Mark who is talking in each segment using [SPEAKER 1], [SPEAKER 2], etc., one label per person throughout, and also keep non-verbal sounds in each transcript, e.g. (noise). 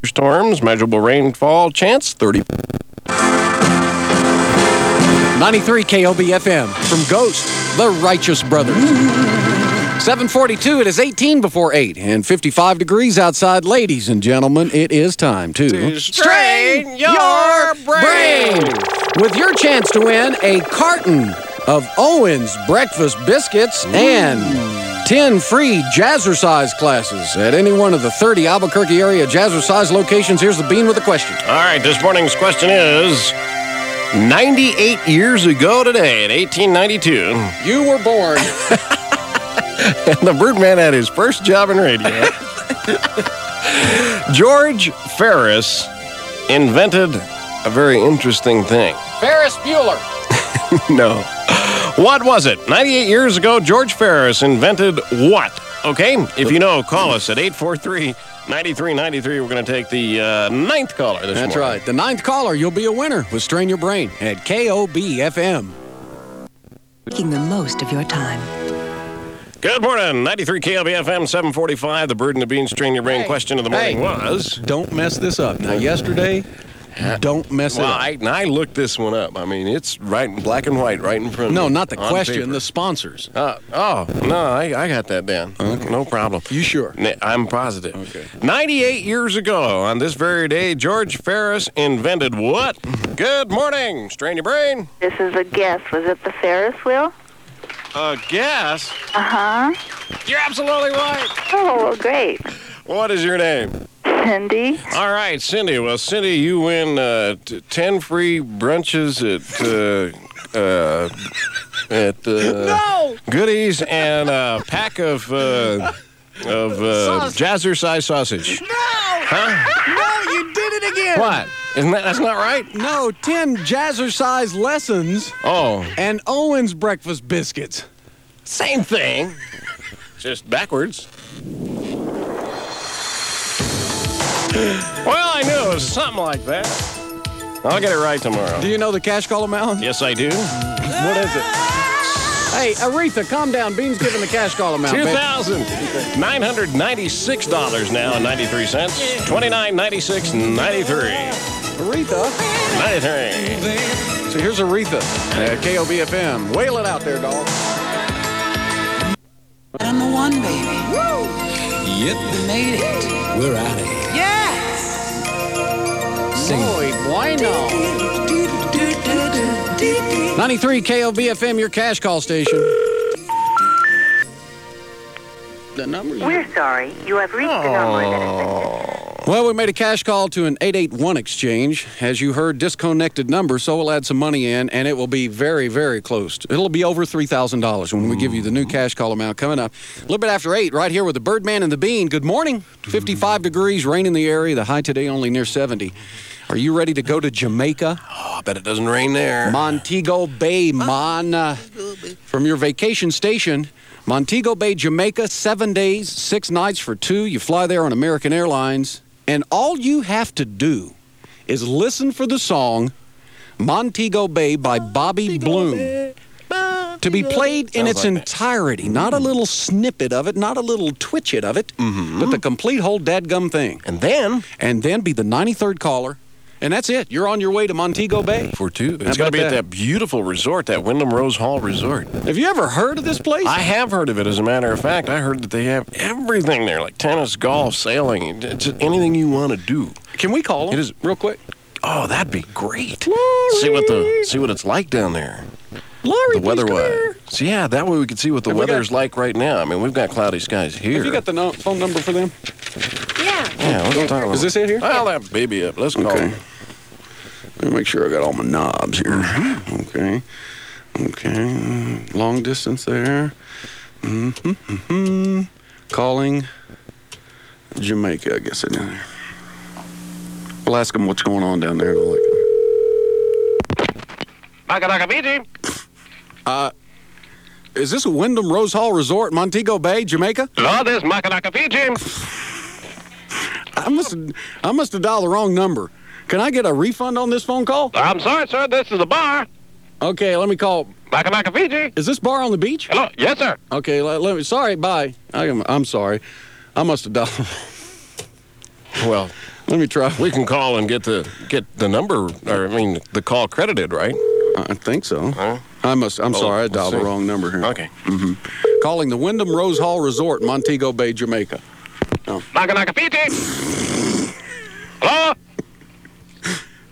[SPEAKER 1] thunderstorms. Measurable rainfall chance 30.
[SPEAKER 2] 93 KOB FM from Ghost, the Righteous Brothers. 742, it is 18 before 8 and 55 degrees outside. Ladies and gentlemen, it is time to
[SPEAKER 1] strain your brain.
[SPEAKER 2] with your chance to win a carton of Owen's breakfast biscuits and 10 free jazzercise classes at any one of the 30 Albuquerque area jazzercise locations. Here's the bean with a question.
[SPEAKER 1] All right, this morning's question is 98 years ago today in 1892,
[SPEAKER 2] You were born.
[SPEAKER 1] and the Birdman had his first job in
[SPEAKER 2] (laughs)
[SPEAKER 1] radio. George Ferris invented a very interesting thing.
[SPEAKER 2] Ferris Bueller.
[SPEAKER 1] (laughs) No. What was it? 98 years ago, George Ferris invented what? Okay, if you know, call us at 843 9393. We're going to take the uh, ninth caller this
[SPEAKER 2] That's
[SPEAKER 1] morning.
[SPEAKER 2] right. The ninth caller, you'll be a winner with Strain Your Brain at KOBFM.
[SPEAKER 3] Making the most of your time.
[SPEAKER 1] Good morning, 93 KLBFM 745. The Bird and the Bean Strain Your Brain question of the morning
[SPEAKER 2] hey.
[SPEAKER 1] was.
[SPEAKER 2] Don't mess this up. Now, yesterday, don't mess
[SPEAKER 1] Well,
[SPEAKER 2] it
[SPEAKER 1] I, and I looked this one up. I mean, it's right in black and white right in front
[SPEAKER 2] up.
[SPEAKER 1] of
[SPEAKER 2] No,
[SPEAKER 1] me
[SPEAKER 2] not the
[SPEAKER 1] on
[SPEAKER 2] question,
[SPEAKER 1] paper.
[SPEAKER 2] the sponsors.
[SPEAKER 1] Uh, oh, no, I, I got that down. No problem.
[SPEAKER 2] You sure?
[SPEAKER 1] N- I'm positive. Okay. 98 years ago, on this very day, George Ferris invented what? Good morning. Strain your brain.
[SPEAKER 4] This is a guess. Was it the Ferris wheel?
[SPEAKER 1] A guess.
[SPEAKER 4] Uh huh.
[SPEAKER 1] You're absolutely right.
[SPEAKER 4] Oh, well, great.
[SPEAKER 1] What is your name?
[SPEAKER 4] Cindy,
[SPEAKER 1] All right, Cindy. Well, Cindy, you win uh, t- 10 free brunches at. Uh, uh, at uh, goodies and a pack of uh, of uh, jazzercise sausage.
[SPEAKER 2] No, you did it again.
[SPEAKER 1] What? Isn't that that's not right?
[SPEAKER 2] No, 10 jazzercise lessons
[SPEAKER 1] Oh,
[SPEAKER 2] and Owen's breakfast biscuits.
[SPEAKER 1] same thing, just backwards. Well, I knew it was something like that. I'll get it right tomorrow.
[SPEAKER 2] Do you know the cash call amount?
[SPEAKER 1] yes, I do.
[SPEAKER 2] What is it? Hey, Aretha, calm down. Bean's giving the cash call amount.
[SPEAKER 1] Two
[SPEAKER 2] baby.
[SPEAKER 1] thousand nine hundred ninety-six dollars now and ninety-three cents. Twenty-nine ninety-six ninety-three
[SPEAKER 2] Aretha.
[SPEAKER 1] ninety-three.
[SPEAKER 2] So here's Aretha at KOBFM. Wail it out there, dog.
[SPEAKER 5] I'm the one, baby. Yep. We made it.
[SPEAKER 6] We're out of here.
[SPEAKER 5] Yes!
[SPEAKER 2] Muy bueno. 93 KOBFM, your cash call station. The number?
[SPEAKER 4] we're sorry. You have reached the number that is
[SPEAKER 2] Well, we made a cash call to an 881 exchange. As you heard, disconnected number, so we'll add some money in, and it will be very, very close. It'll be over $3,000 when we give you the new cash call amount coming up. A little bit after 8, right here with the Birdman and the Bean. Good morning. 55 degrees, rain in the area, the high today only near 70. Are you ready to go to Jamaica?
[SPEAKER 1] Oh, I bet it doesn't rain there.
[SPEAKER 2] Montego Bay, Mon. uh, from your vacation station, Montego Bay, Jamaica, seven days, six nights for two. You fly there on American Airlines, and all you have to do is listen for the song Montego Bay by Bobby Bloom. To be played in
[SPEAKER 1] Sounds
[SPEAKER 2] its
[SPEAKER 1] like that.
[SPEAKER 2] entirety, not a little snippet of it, not a little twitchet of it,
[SPEAKER 1] Mm-hmm.
[SPEAKER 2] but the complete whole dadgum thing.
[SPEAKER 1] And then
[SPEAKER 2] And then be the 93rd caller, and that's it. You're on your way to Montego Bay.
[SPEAKER 1] for two,
[SPEAKER 2] How
[SPEAKER 1] it's going
[SPEAKER 2] about
[SPEAKER 1] to be at
[SPEAKER 2] that?
[SPEAKER 1] that beautiful resort, that Wyndham Rose Hall Resort.
[SPEAKER 2] Have you ever heard of this place?
[SPEAKER 1] I have heard of it, as a matter of fact. I heard that they have everything there, like tennis, golf, sailing, it's anything you want to do.
[SPEAKER 2] Can we call them?
[SPEAKER 1] It is-
[SPEAKER 2] real quick.
[SPEAKER 1] Oh, that'd be great. See what the see what it's like down there.
[SPEAKER 2] Laurie,
[SPEAKER 1] The weather
[SPEAKER 2] please come
[SPEAKER 1] was.
[SPEAKER 2] here.
[SPEAKER 1] So yeah, that way we could see what the
[SPEAKER 2] Have we
[SPEAKER 1] weather
[SPEAKER 2] got-
[SPEAKER 1] is like right now. I mean, we've got cloudy skies here.
[SPEAKER 2] Have you got the no- phone number for them?
[SPEAKER 1] yeah, let's talk about
[SPEAKER 2] Is this it here?
[SPEAKER 1] Dial that baby up. Let's call.
[SPEAKER 2] Okay.
[SPEAKER 1] him.
[SPEAKER 2] Let me make sure I got all my knobs here. Okay. Okay. Long distance there. Mm-hmm. Calling Jamaica, I guess it is. We'll ask them what's going on down there. Like, uh, is this a Wyndham Rose Hall Resort, Montego Bay, Jamaica?
[SPEAKER 1] Lord, this Makanaka Fiji.
[SPEAKER 2] I must, I must have dialed the wrong number. Can I get a refund on this phone call?
[SPEAKER 1] I'm sorry, sir. This is a bar.
[SPEAKER 2] Okay, let me call.
[SPEAKER 1] Makanaka Fiji.
[SPEAKER 2] Is this bar on the beach?
[SPEAKER 1] Hello. Yes, sir.
[SPEAKER 2] Okay, let, let me. Sorry, bye. I am, I'm sorry. I must have dialed.
[SPEAKER 1] Well,
[SPEAKER 2] (laughs) Let me try.
[SPEAKER 1] We can call and get the get the number, or I mean, the call credited, right?
[SPEAKER 2] I think so.
[SPEAKER 1] Huh? Oh,
[SPEAKER 2] I must. I'm sorry. I
[SPEAKER 1] let's
[SPEAKER 2] dialed the
[SPEAKER 1] see.
[SPEAKER 2] wrong number here.
[SPEAKER 1] Okay.
[SPEAKER 2] Calling the Wyndham Rose Hall Resort, Montego Bay, Jamaica. (laughs)
[SPEAKER 1] Naka naka piti. Hello?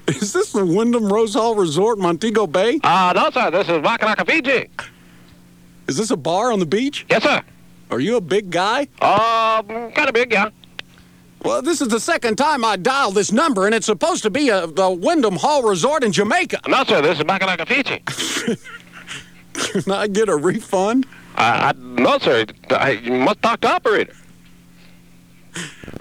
[SPEAKER 2] Is this the Wyndham Rose Hall Resort, Montego Bay?
[SPEAKER 1] Uh, no, sir. This is Naka naka piti.
[SPEAKER 2] Is this a bar on the beach?
[SPEAKER 1] Yes, sir.
[SPEAKER 2] Are you a big guy?
[SPEAKER 1] Uh, kind of big, yeah.
[SPEAKER 2] Well, this is the second time I dialed this number, and it's supposed to be a, the Wyndham Hall Resort in Jamaica. (laughs)
[SPEAKER 1] No, sir. This is Naka naka piti.
[SPEAKER 2] Can I get a refund?
[SPEAKER 1] I, I, no, sir. I, you must talk to operator.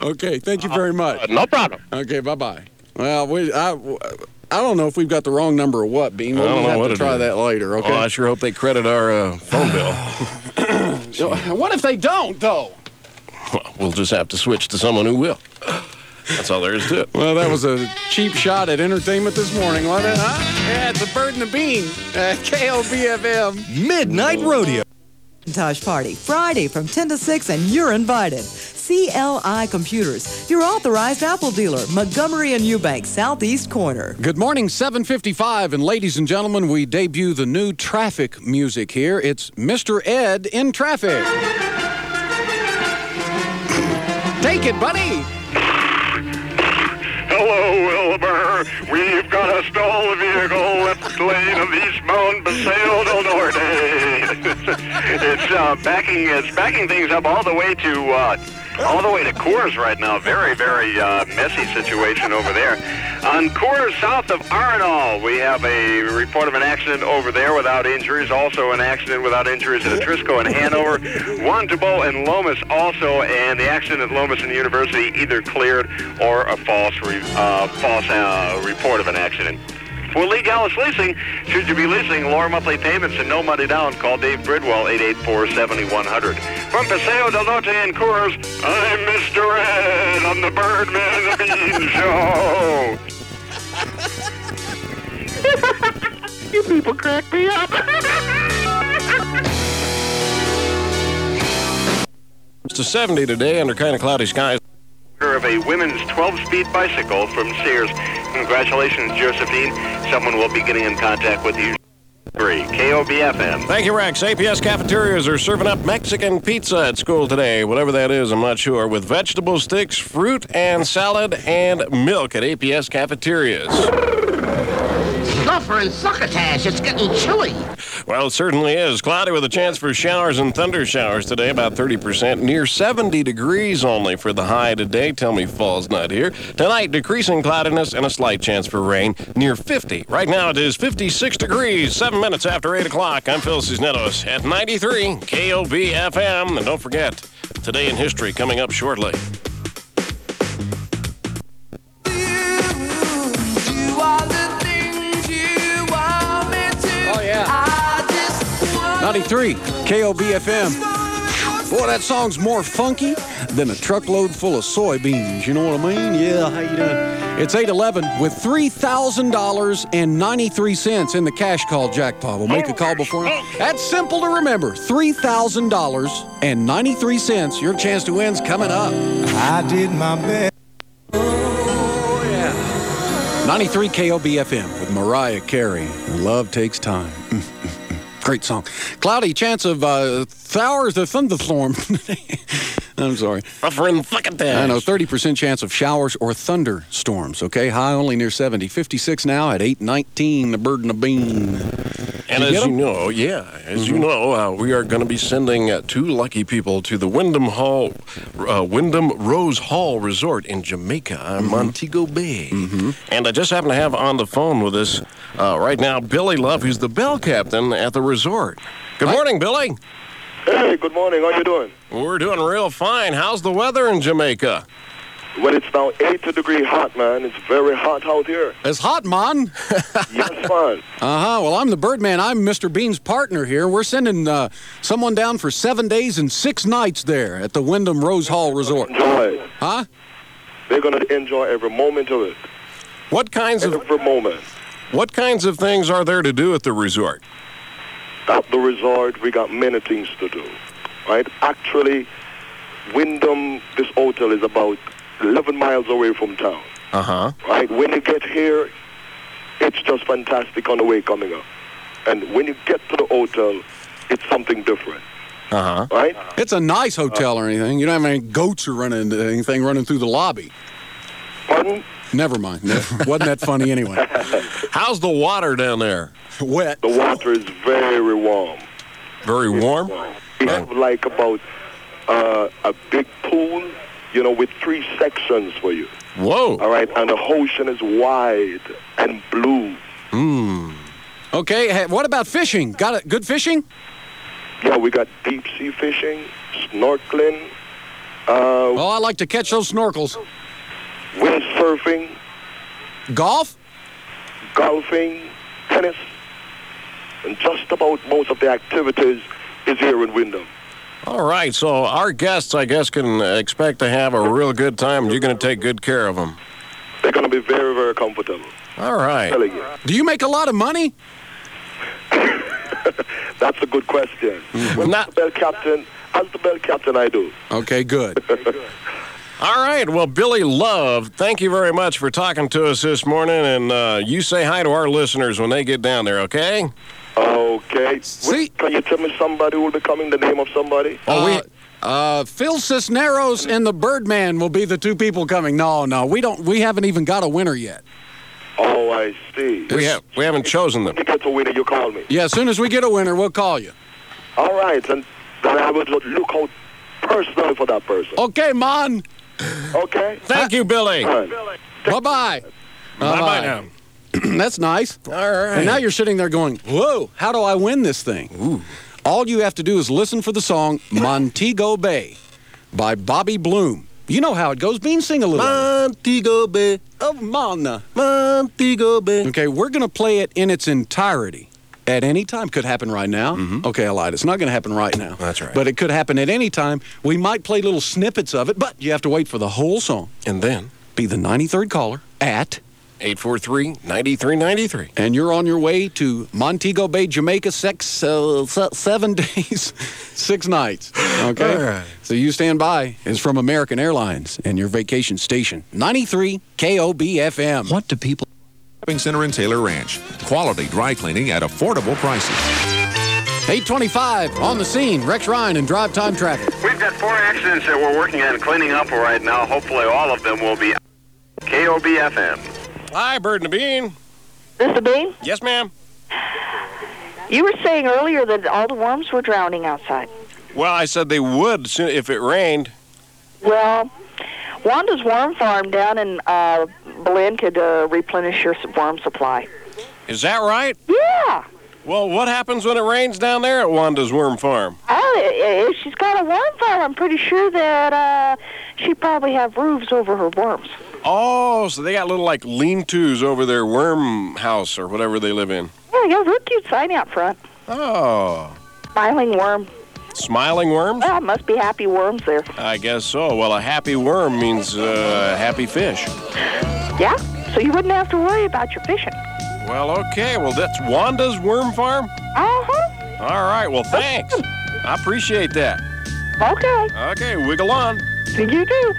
[SPEAKER 2] Okay, thank you very much.
[SPEAKER 1] Uh, no problem.
[SPEAKER 2] Okay, bye bye. Well, we, I, I don't know if we've got the wrong number or what, Bean. We'll
[SPEAKER 1] I don't know
[SPEAKER 2] have
[SPEAKER 1] what
[SPEAKER 2] to
[SPEAKER 1] it
[SPEAKER 2] try
[SPEAKER 1] is.
[SPEAKER 2] that later, okay?
[SPEAKER 1] Well, I sure hope they credit our uh, phone bill.
[SPEAKER 2] what if they don't, though?
[SPEAKER 1] Well, we'll just have to switch to someone who will. That's all there is to it.
[SPEAKER 2] Well, that was a cheap shot at entertainment this morning, wasn't it? Huh? Yeah, it's a bird and a bean at KLBFM.
[SPEAKER 5] Midnight Rodeo.
[SPEAKER 6] Macintosh Party, Friday from 10 to 6, and you're invited. CLI Computers, your authorized Apple dealer, Montgomery and Eubank, Southeast Corner.
[SPEAKER 2] Good morning, 755. And ladies and gentlemen, we debut the new traffic music here. It's Mr. Ed in Traffic. Take it, buddy.
[SPEAKER 7] Hello, Wilbur. We've got a stolen vehicle left lane of eastbound Paseo del Norte. (laughs) it's uh, backing. It's backing things up all the way to uh, all the way to Coors right now. Very, very uh, messy situation over there. On Coors, south of Arnold, we have a report of an accident over there without injuries. Also, an accident without injuries at Atrisco and Hanover. One to Bow and Lomas also, and the accident at Lomas and University either cleared or a false re- uh, false uh, report of an accident. For Lee Gallus Leasing, should you be leasing lower monthly payments and no money down, call Dave Bridwell, 884-7100. From Paseo del Norte and Coors, I'm Mr. Ed on the (laughs) Birdman and the Bean Show.
[SPEAKER 1] It's to 70 today under kind of cloudy skies.
[SPEAKER 7] order of a women's 12-speed bicycle from Sears. Congratulations, Josephine. Someone will be getting in contact with you. 3. KOBFM.
[SPEAKER 1] Thank you, Rex. APS cafeterias are serving up Mexican pizza at school today, whatever that is, I'm not sure, with vegetable sticks, fruit and salad, and milk at APS cafeterias.
[SPEAKER 8] Suffering succotash, it's getting chilly.
[SPEAKER 1] Well, it certainly is. Cloudy with a chance for showers and thunder showers today, about 30%. Near 70 degrees only for the high today. Tell me fall's not here. Tonight, decreasing cloudiness and a slight chance for rain near 50. Right now, it is 56 degrees, 7 minutes after 8 o'clock. I'm Phil Cisneros at 93 KOBFM. And don't forget, Today in History coming up shortly.
[SPEAKER 2] Oh, yeah. 93, KOBFM. Boy, that song's more funky than a truckload full of soybeans. You know what I mean? Yeah, how you doing? It's 811 with $3,000 and 93 cents in the cash call jackpot. We'll make a call before. That's simple to remember. $3,000 and 93 cents. Your chance to win's coming up.
[SPEAKER 5] I did my best.
[SPEAKER 2] Oh, 93 KOBFM with Mariah Carey. Love takes time. Mm, mm, mm. Great song. Cloudy chance of uh, showers or thunderstorm. (laughs) I'm sorry.
[SPEAKER 1] Rougher and fucking
[SPEAKER 2] I know 30% chance of showers or thunderstorms. Okay, high only near 70. 56 now at 819. The bird and the bean.
[SPEAKER 1] And
[SPEAKER 2] You
[SPEAKER 1] as
[SPEAKER 2] get Mm-hmm. 'em?
[SPEAKER 1] you know, yeah, as you know, uh, we are going to be sending uh, two lucky people to the Wyndham Hall, uh, Wyndham Rose Hall Resort in Jamaica,
[SPEAKER 2] Mm-hmm.
[SPEAKER 1] uh, Montego Bay. And I just happen to have on the phone with us uh, right now Billy Love, who's the bell captain at the resort. Good morning, Billy.
[SPEAKER 9] Hey, good morning. How you doing?
[SPEAKER 1] We're doing real fine. How's the weather in Jamaica?
[SPEAKER 9] Well, it's now 80 degree hot, man. It's very hot out here.
[SPEAKER 2] It's hot, man.
[SPEAKER 9] Yes, (laughs) man.
[SPEAKER 2] Uh huh. Well, I'm the Birdman. I'm Mr. Bean's partner here. We're sending uh, someone down for seven days and six nights there at the Wyndham Rose Hall Resort.
[SPEAKER 9] Enjoy.
[SPEAKER 2] Huh?
[SPEAKER 9] They're gonna enjoy every moment of it.
[SPEAKER 1] What kinds of
[SPEAKER 9] Every moment.
[SPEAKER 1] what kinds of things are there to do at the resort?
[SPEAKER 9] At the resort, we got many things to do. Right? Actually, Wyndham, this hotel is about 11 miles away from town.
[SPEAKER 10] Uh huh.
[SPEAKER 9] Right? When you get here, it's just fantastic on the way coming up. And when you get to the hotel, it's something different.
[SPEAKER 10] Uh huh.
[SPEAKER 9] Right?
[SPEAKER 2] It's a nice hotel or anything. You don't have any goats or running anything running through the lobby.
[SPEAKER 9] Pardon?
[SPEAKER 2] Never mind. Never- Wasn't that funny anyway? (laughs)
[SPEAKER 10] How's the water down there?
[SPEAKER 2] Wet.
[SPEAKER 9] The water is very warm.
[SPEAKER 10] Very warm.
[SPEAKER 9] We have like about uh, a big pool, you know, with three sections for you.
[SPEAKER 10] Whoa.
[SPEAKER 9] All right, and the ocean is wide and blue.
[SPEAKER 2] Okay. Hey, what about fishing? Got it? Good fishing?
[SPEAKER 9] Yeah, we got deep sea fishing, snorkeling, uh,
[SPEAKER 2] Well, Oh, I like to catch those snorkels.
[SPEAKER 9] windsurfing,
[SPEAKER 2] Golf?
[SPEAKER 9] golfing, tennis, and just about most of the activities is here in Wyndham.
[SPEAKER 1] All right, so our guests, I guess, can expect to have a real good time. You're going to take good care of them.
[SPEAKER 9] They're going to be very, very comfortable.
[SPEAKER 1] All right.
[SPEAKER 9] Telling you.
[SPEAKER 2] Do you make a lot of money?
[SPEAKER 9] That's a good question. Well,
[SPEAKER 1] Not-
[SPEAKER 9] as the bell captain, as the bell captain, I do. (laughs)
[SPEAKER 2] Okay, good.
[SPEAKER 1] All right. Well, Billy Love, thank you very much for talking to us this morning. And uh, you say hi to our listeners when they get down there, okay?
[SPEAKER 9] Okay. Wait,
[SPEAKER 2] See?
[SPEAKER 9] can you tell me somebody who will be coming? The name of somebody?
[SPEAKER 1] Oh, we-
[SPEAKER 2] uh, uh, Phil Cisneros and the Birdman will be the two people coming. No, no, we don't. We haven't even got a winner yet.
[SPEAKER 9] Oh, I see.
[SPEAKER 1] We, have, we haven't chosen them.
[SPEAKER 9] You get away that you call me.
[SPEAKER 2] Yeah, as soon as we get a winner, we'll call you.
[SPEAKER 9] All right, and then I will look out personally for that person.
[SPEAKER 2] Okay, man.
[SPEAKER 1] Oh.
[SPEAKER 9] Okay.
[SPEAKER 1] Thank you, Billy.
[SPEAKER 9] All
[SPEAKER 1] Bye
[SPEAKER 9] right.
[SPEAKER 2] Bye bye.
[SPEAKER 1] bye now.
[SPEAKER 2] (clears throat) That's nice.
[SPEAKER 1] All right.
[SPEAKER 2] And now you're sitting there going, "Whoa, how do I win this thing?" All you have to do is listen for the song "Montego Bay" by Bobby Bloom. You know how it goes. Bean, sing a little.
[SPEAKER 10] Montego Bay.
[SPEAKER 2] of mana.
[SPEAKER 10] Montego Bay.
[SPEAKER 2] Okay, we're going to play it in its entirety at any time. Could happen right now.
[SPEAKER 10] Mm-hmm.
[SPEAKER 2] Okay, I lied. It's not going to happen right now.
[SPEAKER 1] That's right.
[SPEAKER 2] But it could happen at any time. We might play little snippets of it, but you have to wait for the whole song.
[SPEAKER 1] And then
[SPEAKER 2] Be the 93rd caller at,
[SPEAKER 1] 843 9393.
[SPEAKER 2] and you're on your way to Montego Bay, Jamaica, six, uh, se- seven (laughs) days, six nights. Okay?
[SPEAKER 1] All right.
[SPEAKER 2] So you stand by. It's from American Airlines and your vacation station, 93 KOBFM.
[SPEAKER 5] What do people?
[SPEAKER 10] Shopping Center in Taylor Ranch. Quality dry cleaning at affordable prices.
[SPEAKER 2] 825 on the scene, Rex Ryan and Drive Time Traffic.
[SPEAKER 7] We've got four accidents that we're working on cleaning up right now. Hopefully, all of them will be KOBFM.
[SPEAKER 1] Hi, Bird and the Bean.
[SPEAKER 4] This will be.
[SPEAKER 1] Yes, ma'am.
[SPEAKER 4] You were saying earlier that all the worms were drowning outside.
[SPEAKER 1] Well, I said they would soon- if it rained.
[SPEAKER 4] Well, Wanda's worm farm down in uh, Berlin could uh, replenish your s- worm supply.
[SPEAKER 1] Is that right?
[SPEAKER 4] Yeah.
[SPEAKER 1] Well, what happens when it rains down there at Wanda's Worm Farm?
[SPEAKER 4] Oh, i- i- if she's got a worm farm, I'm pretty sure that uh, she probably have roofs over her worms.
[SPEAKER 1] Oh, so they got little like lean tos over their worm house or whatever they live in.
[SPEAKER 4] Yeah, yeah, real cute sign out front.
[SPEAKER 1] Oh.
[SPEAKER 4] Smiling worm.
[SPEAKER 1] Smiling worms?
[SPEAKER 4] Ah, must be happy worms there.
[SPEAKER 1] I guess so. Well, a happy worm means uh, happy fish.
[SPEAKER 4] Yeah, so you wouldn't have to worry about your fishing.
[SPEAKER 1] Well, okay. Well, that's Wanda's Worm Farm?
[SPEAKER 4] Uh huh.
[SPEAKER 1] All right. Well, thanks. I appreciate that.
[SPEAKER 4] Okay.
[SPEAKER 1] Okay, wiggle on.
[SPEAKER 4] You do.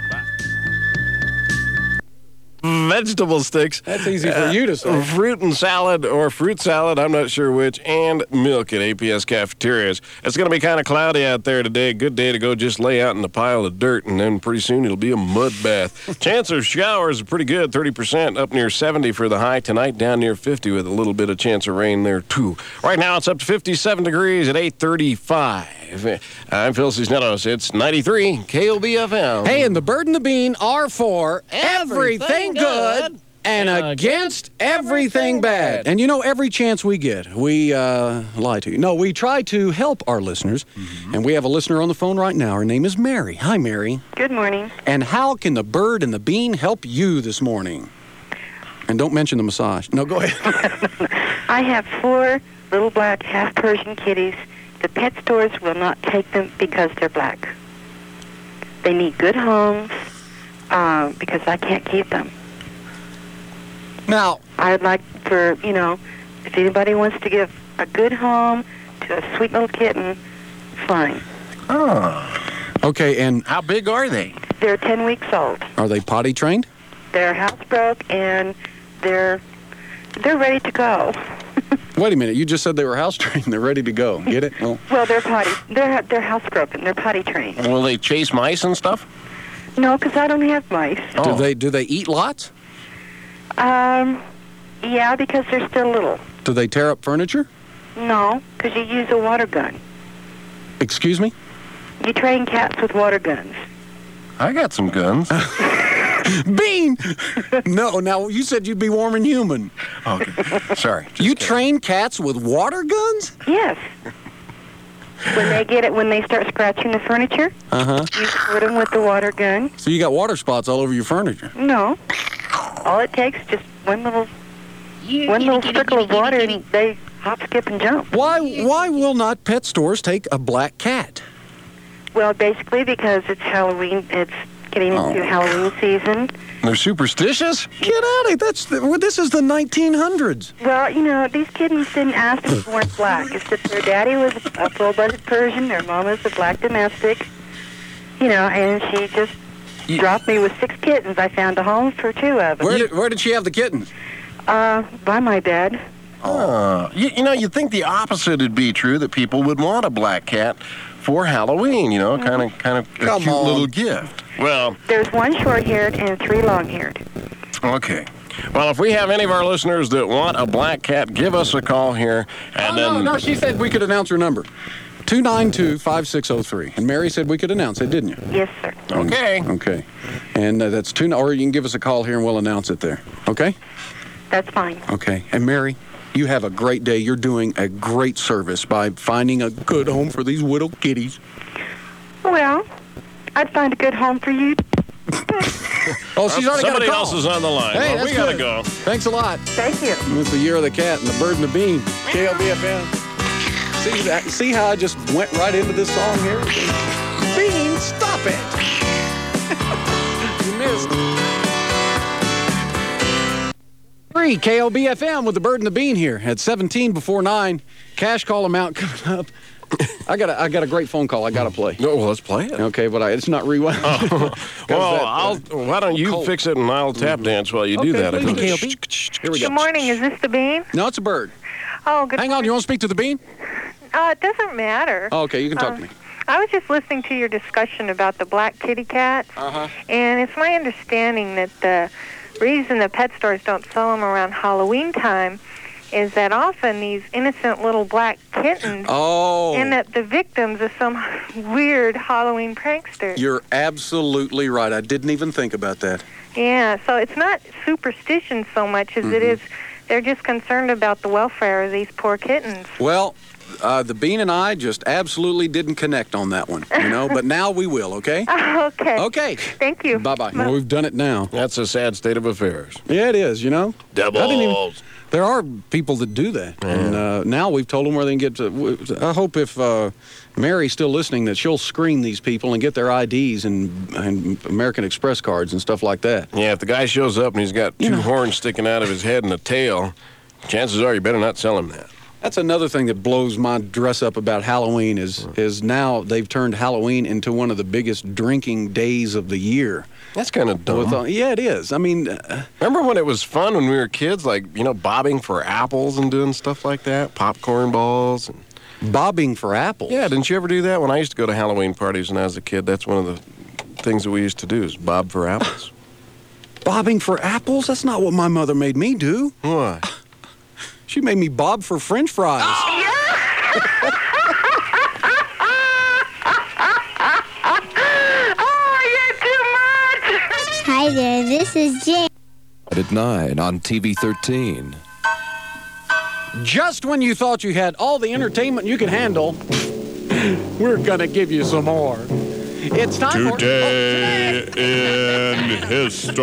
[SPEAKER 1] Vegetable sticks.
[SPEAKER 2] That's easy for you to say.
[SPEAKER 1] Fruit and salad, or fruit salad, I'm not sure which, and milk at APS cafeterias. It's going to be kind of cloudy out there today. Good day to go just lay out in a pile of dirt, and then pretty soon it'll be a mud (laughs) bath. chance of showers are pretty good 30%, up near 70 for the high tonight, down near 50 with a little bit of chance of rain there, too. Right now it's up to 57 degrees at 835. I'm Phil Cisneros. It's 93 KOBFM.
[SPEAKER 2] Hey, and the bird and the bean are for everything,
[SPEAKER 1] Everything
[SPEAKER 2] good.
[SPEAKER 1] good
[SPEAKER 2] And
[SPEAKER 1] and
[SPEAKER 2] against everything bad.
[SPEAKER 1] bad.
[SPEAKER 2] And you know, every chance we get, we uh, lie to you. No, we try to help our listeners.
[SPEAKER 1] Mm-hmm.
[SPEAKER 2] And we have a listener on the phone right now. Her name is Mary. Hi, Mary.
[SPEAKER 4] Good morning.
[SPEAKER 2] And how can the bird and the bean help you this morning? And don't mention the massage. No, go ahead. (laughs)
[SPEAKER 11] I have four little black half Persian kitties. The pet stores will not take them because they're black. They need good homes uh, because I can't keep them.
[SPEAKER 2] now,
[SPEAKER 11] I'd like for, you know, if anybody wants to give a good home to a sweet little kitten, fine.
[SPEAKER 2] okay, and
[SPEAKER 1] How big are they?
[SPEAKER 11] They're 10 weeks old.
[SPEAKER 2] Are they potty trained?
[SPEAKER 11] They're housebroke and they're they're ready to go.
[SPEAKER 2] Wait a minute. You just said they were house (laughs) trained. They're ready to go. Get it? Well,
[SPEAKER 11] Well, they're potty they're they're housebroken. They're potty trained.
[SPEAKER 1] Will they chase mice and stuff?
[SPEAKER 11] No, because I don't have mice.
[SPEAKER 1] Oh.
[SPEAKER 2] Do they do they eat lots?
[SPEAKER 11] Um, yeah, because they're still little.
[SPEAKER 2] Do they tear up furniture?
[SPEAKER 11] No, because you use a water gun.
[SPEAKER 2] Excuse me?
[SPEAKER 11] You train cats with water guns.
[SPEAKER 1] I got some guns.
[SPEAKER 2] Bean. (laughs) no, now you said you'd be warm and human.
[SPEAKER 1] Okay. Sorry.
[SPEAKER 2] you train cats with water guns?
[SPEAKER 11] Yes. When they get it, when they start scratching the furniture,
[SPEAKER 2] Uh huh.
[SPEAKER 11] you put them with the water gun.
[SPEAKER 2] So you got water spots all over your furniture.
[SPEAKER 11] No, all it takes is just one little, one little trickle of water, and they hop, skip, and jump.
[SPEAKER 2] Why why will not pet stores take a black cat?
[SPEAKER 11] Well, basically because it's Halloween. It's getting into Halloween season.
[SPEAKER 1] They're superstitious?
[SPEAKER 2] Get out of that's the, well, this is the 1900s.
[SPEAKER 11] Well, you know, these kittens didn't ask to be born
[SPEAKER 2] (clears throat)
[SPEAKER 11] black. It's that their daddy was a full-blooded Persian, their mama's a black domestic, you know, and she just dropped me with six kittens. I found a home for two of them.
[SPEAKER 2] Where did, where did she have the kittens?
[SPEAKER 11] Uh, by my bed.
[SPEAKER 1] Uh, you, you know, you'd think the opposite would be true that people would want a black cat for Halloween. You know, kind
[SPEAKER 2] Mm-hmm.
[SPEAKER 1] of, kind of a
[SPEAKER 11] Come
[SPEAKER 1] cute
[SPEAKER 11] on.
[SPEAKER 1] little gift. Well,
[SPEAKER 11] There's one short-haired and three long-haired.
[SPEAKER 1] okay. Well, if we have any of our listeners that want a black cat, give us a call here, and
[SPEAKER 2] Oh, No,
[SPEAKER 1] then
[SPEAKER 2] no, she said we could announce her number. 292-5603. And Mary said we could announce it, didn't you?
[SPEAKER 11] Yes, sir.
[SPEAKER 2] Oh.
[SPEAKER 1] Okay.
[SPEAKER 2] Okay. And uh, that's two or you can give us a call here and we'll announce it there. Okay?
[SPEAKER 11] That's fine.
[SPEAKER 2] Okay. And Mary, you have a great day. You're doing a great service by finding a good home for these widow kitties.
[SPEAKER 11] Well, I'd find a good home for you.
[SPEAKER 2] Oh, she's already got a
[SPEAKER 1] somebody
[SPEAKER 2] call.
[SPEAKER 1] else is on the line.
[SPEAKER 2] Hey,
[SPEAKER 1] well,
[SPEAKER 2] that's
[SPEAKER 1] we gotta
[SPEAKER 2] good.
[SPEAKER 1] go.
[SPEAKER 2] Thanks a lot.
[SPEAKER 11] Thank you.
[SPEAKER 2] It's the year of the cat and the bird and the bean. KLBFM. See that? See how I just went right into this song here? Bean, stop it! (laughs) you missed. Three KLBFM with the bird and the bean here at 17 before nine. Cash call amount (laughs) coming up. I got a, I got a great phone call. I got to Oh, play.
[SPEAKER 1] No, well, let's play it.
[SPEAKER 2] Okay, but I, it's not rewind.
[SPEAKER 1] Oh.
[SPEAKER 2] (laughs)
[SPEAKER 1] Well,
[SPEAKER 2] that, uh,
[SPEAKER 1] I'll. Why don't you
[SPEAKER 2] cold. Mm-hmm.
[SPEAKER 1] fix it and I'll tap dance while you do
[SPEAKER 2] Okay,
[SPEAKER 1] that? I
[SPEAKER 2] please,
[SPEAKER 1] think.
[SPEAKER 2] KLB. Here we
[SPEAKER 12] Good
[SPEAKER 2] go.
[SPEAKER 12] morning. Is this the bean?
[SPEAKER 2] No, it's a bird.
[SPEAKER 12] Oh, good.
[SPEAKER 2] Hang on. You want to speak to the bean?
[SPEAKER 12] Uh, it doesn't matter.
[SPEAKER 2] Oh, okay, you can talk to me.
[SPEAKER 12] I was just listening to your discussion about the black kitty cat,
[SPEAKER 2] Uh huh.
[SPEAKER 12] and it's my understanding that the reason the pet stores don't sell them around Halloween time is that often these innocent little black kittens
[SPEAKER 2] Oh.
[SPEAKER 12] end up the victims of some (laughs) weird Halloween prankster.
[SPEAKER 2] You're absolutely right. I didn't even think about that.
[SPEAKER 12] Yeah, so it's not superstition so much as it is they're just concerned about the welfare of these poor kittens. (laughs)
[SPEAKER 2] Well, uh, the bean and I just absolutely didn't connect on that one, you know. but now we will, okay?
[SPEAKER 12] okay.
[SPEAKER 2] Okay.
[SPEAKER 12] Thank you.
[SPEAKER 2] Bye bye. Well, we've done it now.
[SPEAKER 1] That's a sad state of affairs.
[SPEAKER 2] Yeah, it is. You know. I didn't even-
[SPEAKER 1] Doubles.
[SPEAKER 2] there are people that do that, and uh, now we've told them where they can get to. w- I hope if uh, Mary's still listening, that she'll screen these people and get their IDs and and American Express cards and stuff like that.
[SPEAKER 1] Yeah, if the guy shows up and he's got two horns sticking out of his head and a tail, chances are you better not sell him that.
[SPEAKER 2] That's another thing that blows my dress up about Halloween is is now they've turned Halloween into one of the biggest drinking days of the year.
[SPEAKER 1] That's kind of dumb.
[SPEAKER 2] With all- yeah, it is. I mean, uh,
[SPEAKER 1] Remember when it was fun when we were kids, like you know, bobbing for apples and doing stuff like that, popcorn balls. And...
[SPEAKER 2] bobbing for apples.
[SPEAKER 1] Yeah, didn't you ever do that? When I used to go to Halloween parties when I was a kid, that's one of the things that we used to do is bob for apples.
[SPEAKER 2] Bobbing for apples? That's not what my mother made me do.
[SPEAKER 1] Why?
[SPEAKER 2] (laughs) She made me bob for French fries.
[SPEAKER 13] Hi there, this is Jane.
[SPEAKER 14] At 9 on TV 13.
[SPEAKER 2] Just when you thought you had all the entertainment you could handle, (laughs) we're gonna give you some more. It's time for.
[SPEAKER 1] Today in history.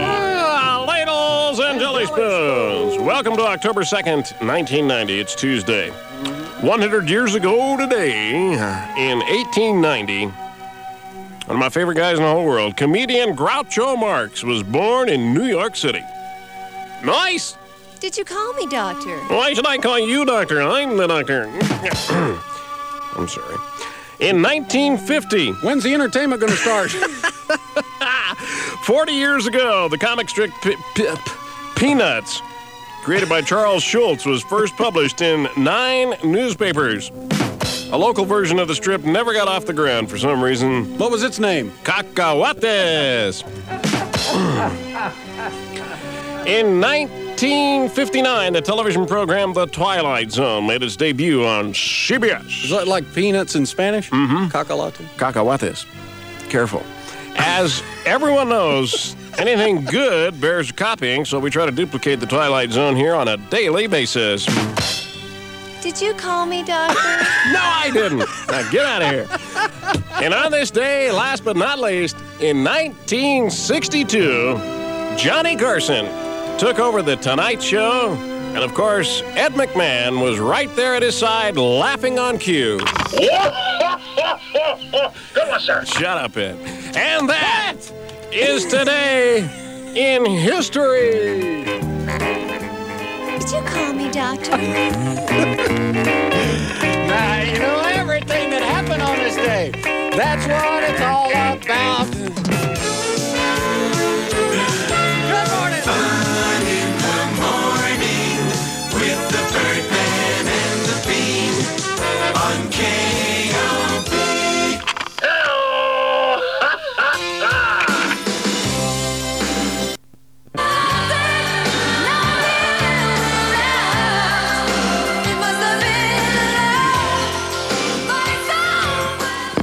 [SPEAKER 1] Ladles and jelly spoons. Welcome to October 2nd, 1990. It's Tuesday. 100 years ago today, in 1890, one of my favorite guys in the whole world, comedian Groucho Marx, was born in New York City. Nice!
[SPEAKER 15] Did you call me, Doctor?
[SPEAKER 1] Why should I call you doctor? (clears throat) I'm the doctor. I'm sorry. in 1950.
[SPEAKER 2] When's the entertainment going to (laughs) start?
[SPEAKER 1] 40 years ago, the comic strip P- P- Peanuts, created by Charles Schultz, was first published in nine newspapers. A local version of the strip never got off the ground for some reason.
[SPEAKER 2] What was its name?
[SPEAKER 1] Cacahuates. (clears throat) In 1959, the television program The Twilight Zone made its debut on CBS.
[SPEAKER 2] Is that like peanuts in Spanish?
[SPEAKER 1] Mm-hmm.
[SPEAKER 2] Cacahuate?
[SPEAKER 1] Cacahuates. Careful. As everyone knows, anything good bears copying, so we try to duplicate The Twilight Zone here on a daily basis.
[SPEAKER 15] Did you call me, Doctor?
[SPEAKER 1] No, I didn't. Now get out of here. And on this day, last but not least, in 1962, Johnny Carson took over The Tonight Show. And of course, Ed McMahon was right there at his side, laughing on cue.
[SPEAKER 8] Good one, sir.
[SPEAKER 1] Shut up, Ed. And that is today in history.
[SPEAKER 15] Did you call me, Doctor?
[SPEAKER 16] Now, you know everything that happened on this day. That's what it's all about. Good morning.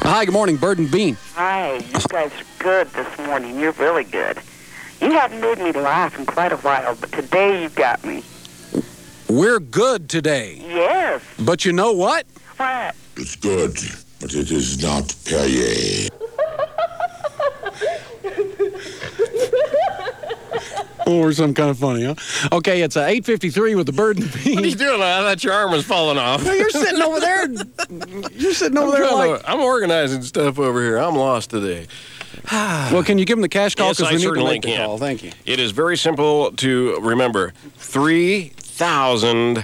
[SPEAKER 2] Hi, good morning, Bird and Bean.
[SPEAKER 17] Hi, you guys are good this morning. You're really good. You haven't made me laugh in quite a while, but today you got me.
[SPEAKER 2] We're good today.
[SPEAKER 17] Yes.
[SPEAKER 2] But you know what?
[SPEAKER 17] What?
[SPEAKER 18] It's good, but it is not Perrier.
[SPEAKER 2] Or some kind of funny, huh? Okay, it's uh, 8.53 with the Bird and Bean.
[SPEAKER 1] What are you doing? I thought your arm was
[SPEAKER 2] (laughs)
[SPEAKER 1] falling off.
[SPEAKER 2] No, you're sitting over there. You're sitting over
[SPEAKER 1] I'm
[SPEAKER 2] there
[SPEAKER 1] trying
[SPEAKER 2] like.
[SPEAKER 1] to- I'm organizing stuff over here. I'm lost today.
[SPEAKER 2] uh, Well, can you give him the cash call?
[SPEAKER 1] Yes, I
[SPEAKER 2] we need to
[SPEAKER 1] certainly
[SPEAKER 2] make the
[SPEAKER 1] can.
[SPEAKER 2] call. Thank you.
[SPEAKER 1] It is very simple to remember. Three thousand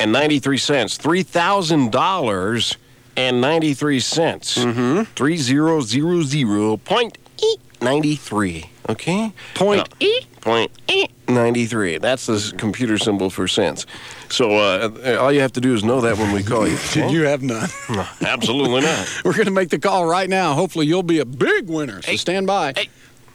[SPEAKER 1] and ninety-three cents. Three thousand dollars and ninety-three cents. Mm-hmm. Three zero zero zero point eight ninety-three. Okay.
[SPEAKER 2] Point
[SPEAKER 1] eight. Point eight ninety-three. That's the s- computer symbol for cents. So uh, uh, all you have to do is know that when we
[SPEAKER 2] (laughs)
[SPEAKER 1] call you. okay?
[SPEAKER 2] You have none.
[SPEAKER 1] No, Absolutely not.
[SPEAKER 2] We're going to make the call right now. Hopefully, you'll be a big winner. So stand by.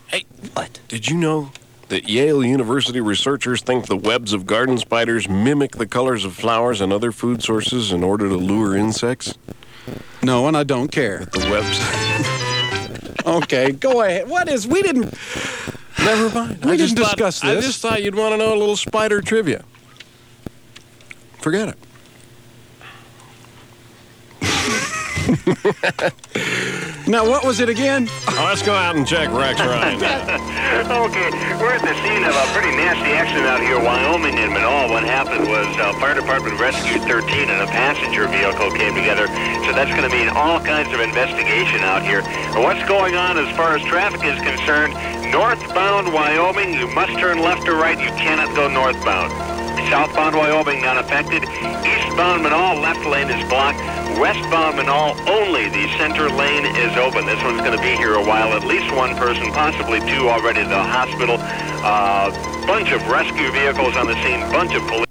[SPEAKER 1] Hey, what? Did you know that Yale University researchers think the webs of garden spiders mimic the colors of flowers and other food sources in order to lure insects?
[SPEAKER 2] No, and I don't care.
[SPEAKER 1] The
[SPEAKER 2] (laughs)
[SPEAKER 1] webs.
[SPEAKER 2] okay, go ahead. What is? We didn't.
[SPEAKER 1] Never mind.
[SPEAKER 2] We
[SPEAKER 1] I just
[SPEAKER 2] didn't
[SPEAKER 1] thought-
[SPEAKER 2] discuss
[SPEAKER 1] I
[SPEAKER 2] this.
[SPEAKER 1] just thought you'd want to know a little spider trivia. Forget it.
[SPEAKER 2] (laughs) Now, what was it again?
[SPEAKER 1] Now, (laughs) let's go out and check Rex Ryan. (laughs)
[SPEAKER 7] okay, we're at the scene of a pretty nasty accident out here, Wyoming and Manal. What happened was uh, fire department rescued 13 and a passenger vehicle came together. So that's going to mean all kinds of investigation out here. But what's going on as far as traffic is concerned? Northbound Wyoming, you must turn left or right. You cannot go northbound. Southbound Wyoming not affected. Eastbound Manal left lane is blocked. Westbound Manal only the center lane is open. This one's going to be here a while. At least one person, possibly two, already at the hospital. Uh, bunch of rescue vehicles on the scene. Bunch of police.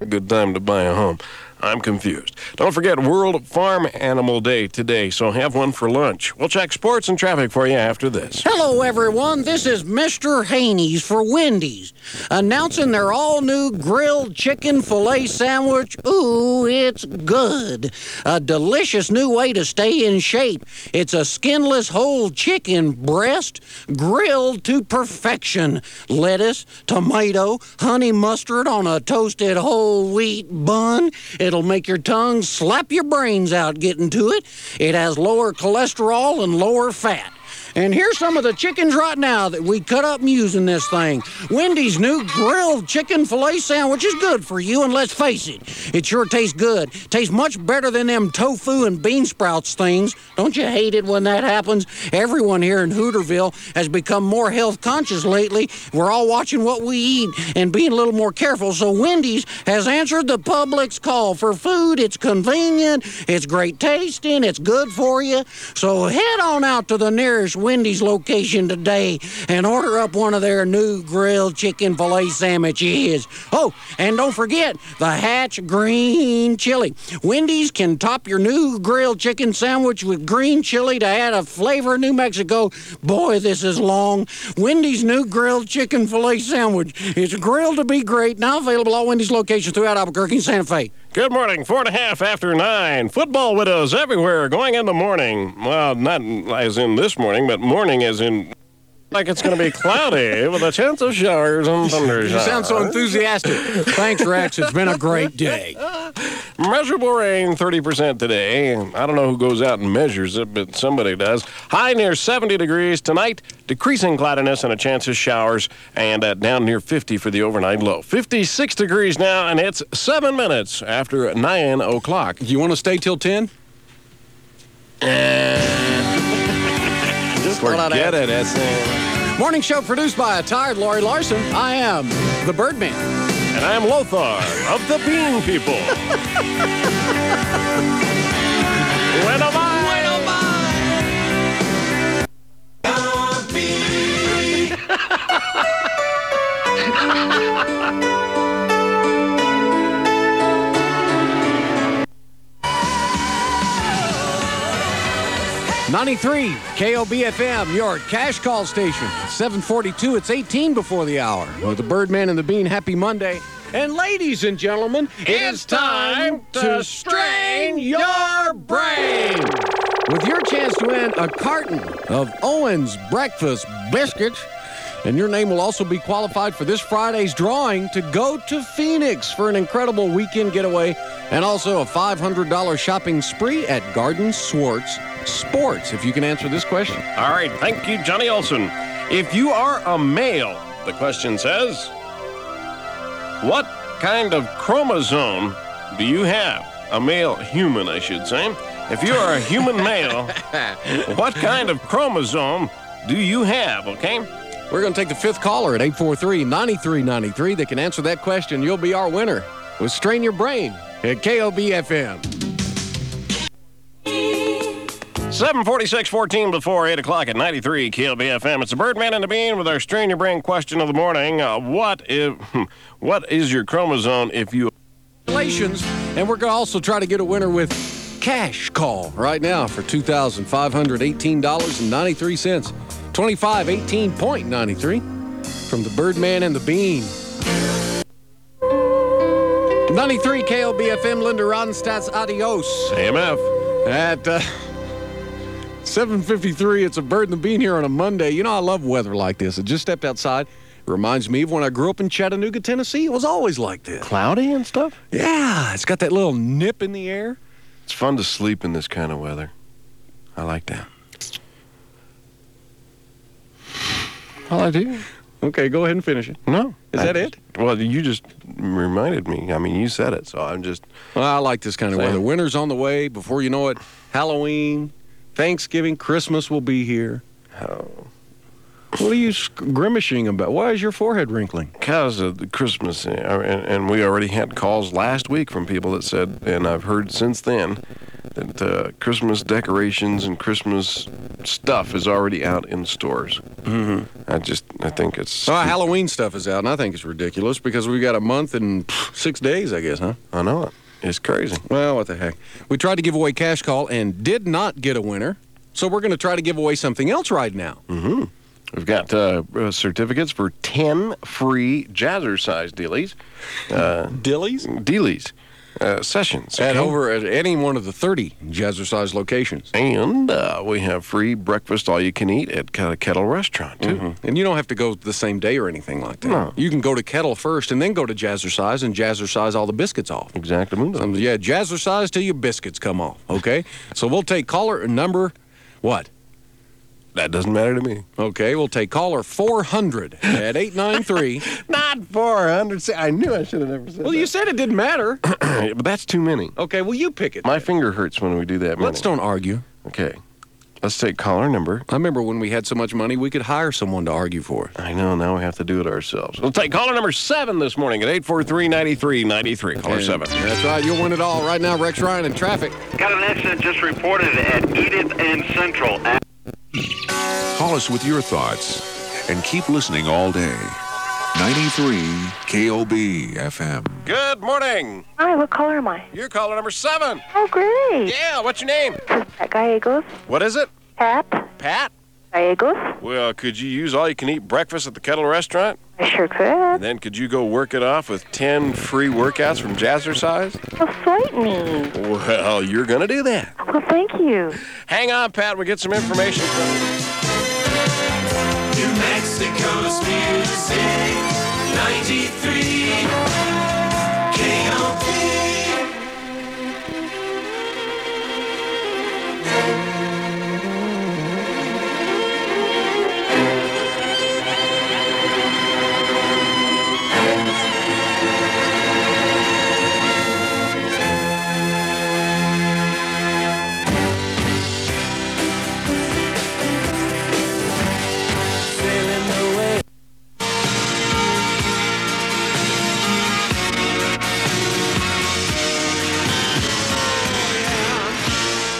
[SPEAKER 1] A good time to buy a home. I'm confused. Don't forget World Farm Animal Day today, so have one for lunch. We'll check sports and traffic for you after this.
[SPEAKER 19] Hello, everyone. This is Mr. Haney's for Wendy's announcing their all new grilled chicken filet sandwich. Ooh, it's good. A delicious new way to stay in shape. It's a skinless whole chicken breast grilled to perfection. Lettuce, tomato, honey mustard on a toasted whole wheat bun. It'll make your tongue slap your brains out getting to it. It has lower cholesterol and lower fat. And here's some of the chickens right now that we cut up using this thing. Wendy's new grilled chicken filet sandwich is good for you, and let's face it, it sure tastes good. Tastes much better than them tofu and bean sprouts things. Don't you hate it when that happens? Everyone here in Hooterville has become more health conscious lately. We're all watching what we eat and being a little more careful. So Wendy's has answered the public's call for food. It's convenient, it's great tasting, it's good for you. So head on out to the nearest Wendy's location today and order up one of their new grilled chicken filet sandwiches. Oh, and don't forget the Hatch green chili. Wendy's can top your new grilled chicken sandwich with green chili to add a flavor of New Mexico. Boy, this is long. Wendy's new grilled chicken filet sandwich. It's grilled to be great. Now available at all Wendy's locations throughout Albuquerque and Santa Fe.
[SPEAKER 1] Good morning, four and a half after nine. Football widows everywhere going in the morning. Well, not as in this morning, but morning as in like it's
[SPEAKER 2] (laughs)
[SPEAKER 1] going to be cloudy with a chance of showers and thunderstorms.
[SPEAKER 2] You sound so enthusiastic. Thanks, Rex. It's been a great day.
[SPEAKER 1] Measurable rain, 30% today. I don't know who goes out and measures it, but somebody does. High near 70 degrees tonight, decreasing cloudiness and a chance of showers, and uh, down near 50 for the overnight low. 56 degrees now, and it's seven minutes after 9 o'clock.
[SPEAKER 2] You want to stay till 10?
[SPEAKER 1] Just Forget it, SN.
[SPEAKER 2] Morning show produced by a tired Laurie Larson. I am the Birdman.
[SPEAKER 1] And I am Lothar of the Bean People. when am I? When am
[SPEAKER 2] I? Ninety-three KOBFM, your cash call station. Seven forty-two. It's eighteen before the hour. With the Birdman and the Bean. Happy Monday. And ladies and gentlemen, it is time to strain your brain with your chance to win a carton of Owen's breakfast biscuits. And your name will also be qualified for this Friday's drawing to go to Phoenix for an incredible weekend getaway and also a $500 shopping spree at Garden Swartz Sports, if you can answer this question.
[SPEAKER 1] All right, thank you, Johnny Olson. If you are a male, the question says, what kind of chromosome do you have? A male human, I should say. If you are a human male, (laughs) what kind of chromosome do you have, okay?
[SPEAKER 2] We're going to take the fifth caller at 843 9393 that can answer that question. You'll be our winner with Strain Your Brain at KOBFM.
[SPEAKER 1] 746 14 before 8 o'clock at 93 KLBFM. It's the Birdman and the Bean with our strain your brain question of the morning. Uh, what if, what is your chromosome if you.
[SPEAKER 2] Congratulations. And we're going to also try to get a winner with cash call right now for $2,518.93. 2518.93 from the Birdman and the Bean. 93 KLBFM, Linda Ronstadt's Adios.
[SPEAKER 1] AMF.
[SPEAKER 2] At. Uh, 753. It's a bird and the bean here on a Monday. You know, I love weather like this. I just stepped outside. It reminds me of when I grew up in Chattanooga, Tennessee. It was always like this.
[SPEAKER 1] Cloudy and stuff?
[SPEAKER 2] Yeah. It's got that little nip in the air.
[SPEAKER 1] It's fun to sleep in this kind of weather. I like that. Well, I do.
[SPEAKER 2] Okay, go ahead and finish it.
[SPEAKER 1] No.
[SPEAKER 2] Is
[SPEAKER 1] I
[SPEAKER 2] that
[SPEAKER 1] just,
[SPEAKER 2] it?
[SPEAKER 1] Well, you just reminded me. I mean, you said it, so I'm just.
[SPEAKER 2] Well, I like this kind of
[SPEAKER 1] saying.
[SPEAKER 2] weather. Winter's on the way. Before you know it, Halloween, Thanksgiving, Christmas will be here.
[SPEAKER 1] Oh.
[SPEAKER 2] What are you sc- grimacing about? Why is your forehead wrinkling?
[SPEAKER 1] Because of the Christmas, uh, and, and we already had calls last week from people that said, and I've heard since then, that uh, Christmas decorations and Christmas stuff is already out in stores.
[SPEAKER 2] Mm-hmm.
[SPEAKER 1] I just, I think it's.
[SPEAKER 2] Well, Halloween stuff is out, and I think it's ridiculous because we got a month and pff, six days, I guess, huh?
[SPEAKER 1] I know it. It's crazy.
[SPEAKER 2] Well, what the heck? We tried to give away cash call and did not get a winner, so we're going to try to give away something else right now.
[SPEAKER 1] Mm-hmm. We've got uh, uh, certificates for 10 free jazzercise dillies. Uh,
[SPEAKER 2] Dillies?
[SPEAKER 1] Dealies. Uh, sessions.
[SPEAKER 2] At
[SPEAKER 1] okay?
[SPEAKER 2] over at any one of the 30 jazzercise locations.
[SPEAKER 1] And uh, we have free breakfast, all you can eat at Ke- Kettle Restaurant, too.
[SPEAKER 2] And you don't have to go the same day or anything like that.
[SPEAKER 1] No.
[SPEAKER 2] You can go to Kettle first and then go to Jazzercise and Jazzercise all the biscuits off.
[SPEAKER 1] Exactly.
[SPEAKER 2] Um, yeah, Jazzercise till your biscuits come off, okay? so we'll take caller number, what?
[SPEAKER 1] That doesn't matter to me.
[SPEAKER 2] Okay, we'll take caller 400 at 893.
[SPEAKER 1] Not 400. See, I knew I should have never
[SPEAKER 2] (laughs)
[SPEAKER 1] said
[SPEAKER 2] Well, you
[SPEAKER 1] that.
[SPEAKER 2] said it didn't matter.
[SPEAKER 1] but that's too many.
[SPEAKER 2] Okay, well, you pick it.
[SPEAKER 1] My finger hurts when we do that many.
[SPEAKER 2] Let's don't argue.
[SPEAKER 1] Okay. Let's take caller number.
[SPEAKER 2] I remember when we had so much money, we could hire someone to argue for.
[SPEAKER 1] I know, now we have to do it ourselves. We'll take caller number seven this morning at 843-9393. Caller seven.
[SPEAKER 2] That's right, you'll win it all. Right now, Rex Ryan in traffic.
[SPEAKER 7] Got an accident just reported at Edith and Central. At-
[SPEAKER 10] Call us with your thoughts and keep listening all day. 93 KOB FM.
[SPEAKER 1] Good morning.
[SPEAKER 12] Hi, Oh, what color am I?
[SPEAKER 1] You're caller number seven.
[SPEAKER 12] Oh, great.
[SPEAKER 1] Yeah, what's your name?
[SPEAKER 12] Pat Gallegos.
[SPEAKER 1] What is it?
[SPEAKER 12] Pat
[SPEAKER 1] Pat?
[SPEAKER 12] Gallegos.
[SPEAKER 1] Well, could you use all you can eat breakfast at the Kettle Restaurant?
[SPEAKER 12] I sure could.
[SPEAKER 1] And then could you go work it off with 10 free workouts from Jazzercise?
[SPEAKER 12] Well, slight me.
[SPEAKER 1] Well, you're going to do that.
[SPEAKER 12] Well, thank you.
[SPEAKER 1] Hang on, Pat. We'll get some information from you.
[SPEAKER 5] New Mexico's music, 93 KOP.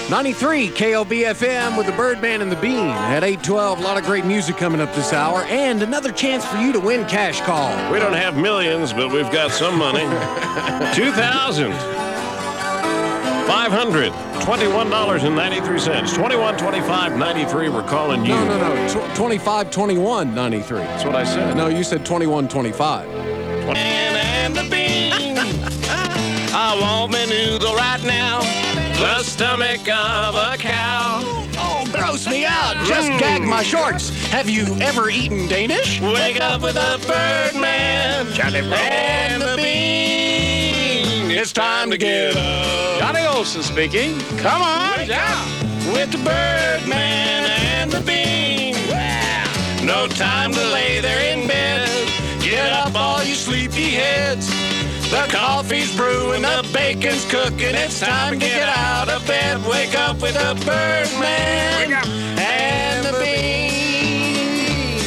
[SPEAKER 2] Ninety-three KOBFM with the Birdman and the Bean at 812. A lot of great music coming up this hour, and another chance for you to win cash call.
[SPEAKER 1] We don't have millions, but we've got some
[SPEAKER 5] (laughs)
[SPEAKER 1] money. 2,000. $521.93. 2125 93 We're calling you.
[SPEAKER 2] No, no, no. Tw- 25, 21, 93.
[SPEAKER 1] That's what I said.
[SPEAKER 2] No, you said 21, 25.
[SPEAKER 5] (laughs) And, and the bean. I want me noodle right now. The stomach of a cow.
[SPEAKER 19] Oh, gross me out. Just
[SPEAKER 2] Mm.
[SPEAKER 19] gag my shorts. Have you ever eaten Danish?
[SPEAKER 5] Wake up with a birdman. Johnny and the bean. It's time to get up. Johnny Olson speaking. Come on. yeah. With the birdman and the bean. No time to lay there in bed. Get up, all you sleepy heads. The coffee's brewing, the bacon's cooking. It's time to get out of bed. Wake up with the Birdman and the Bean.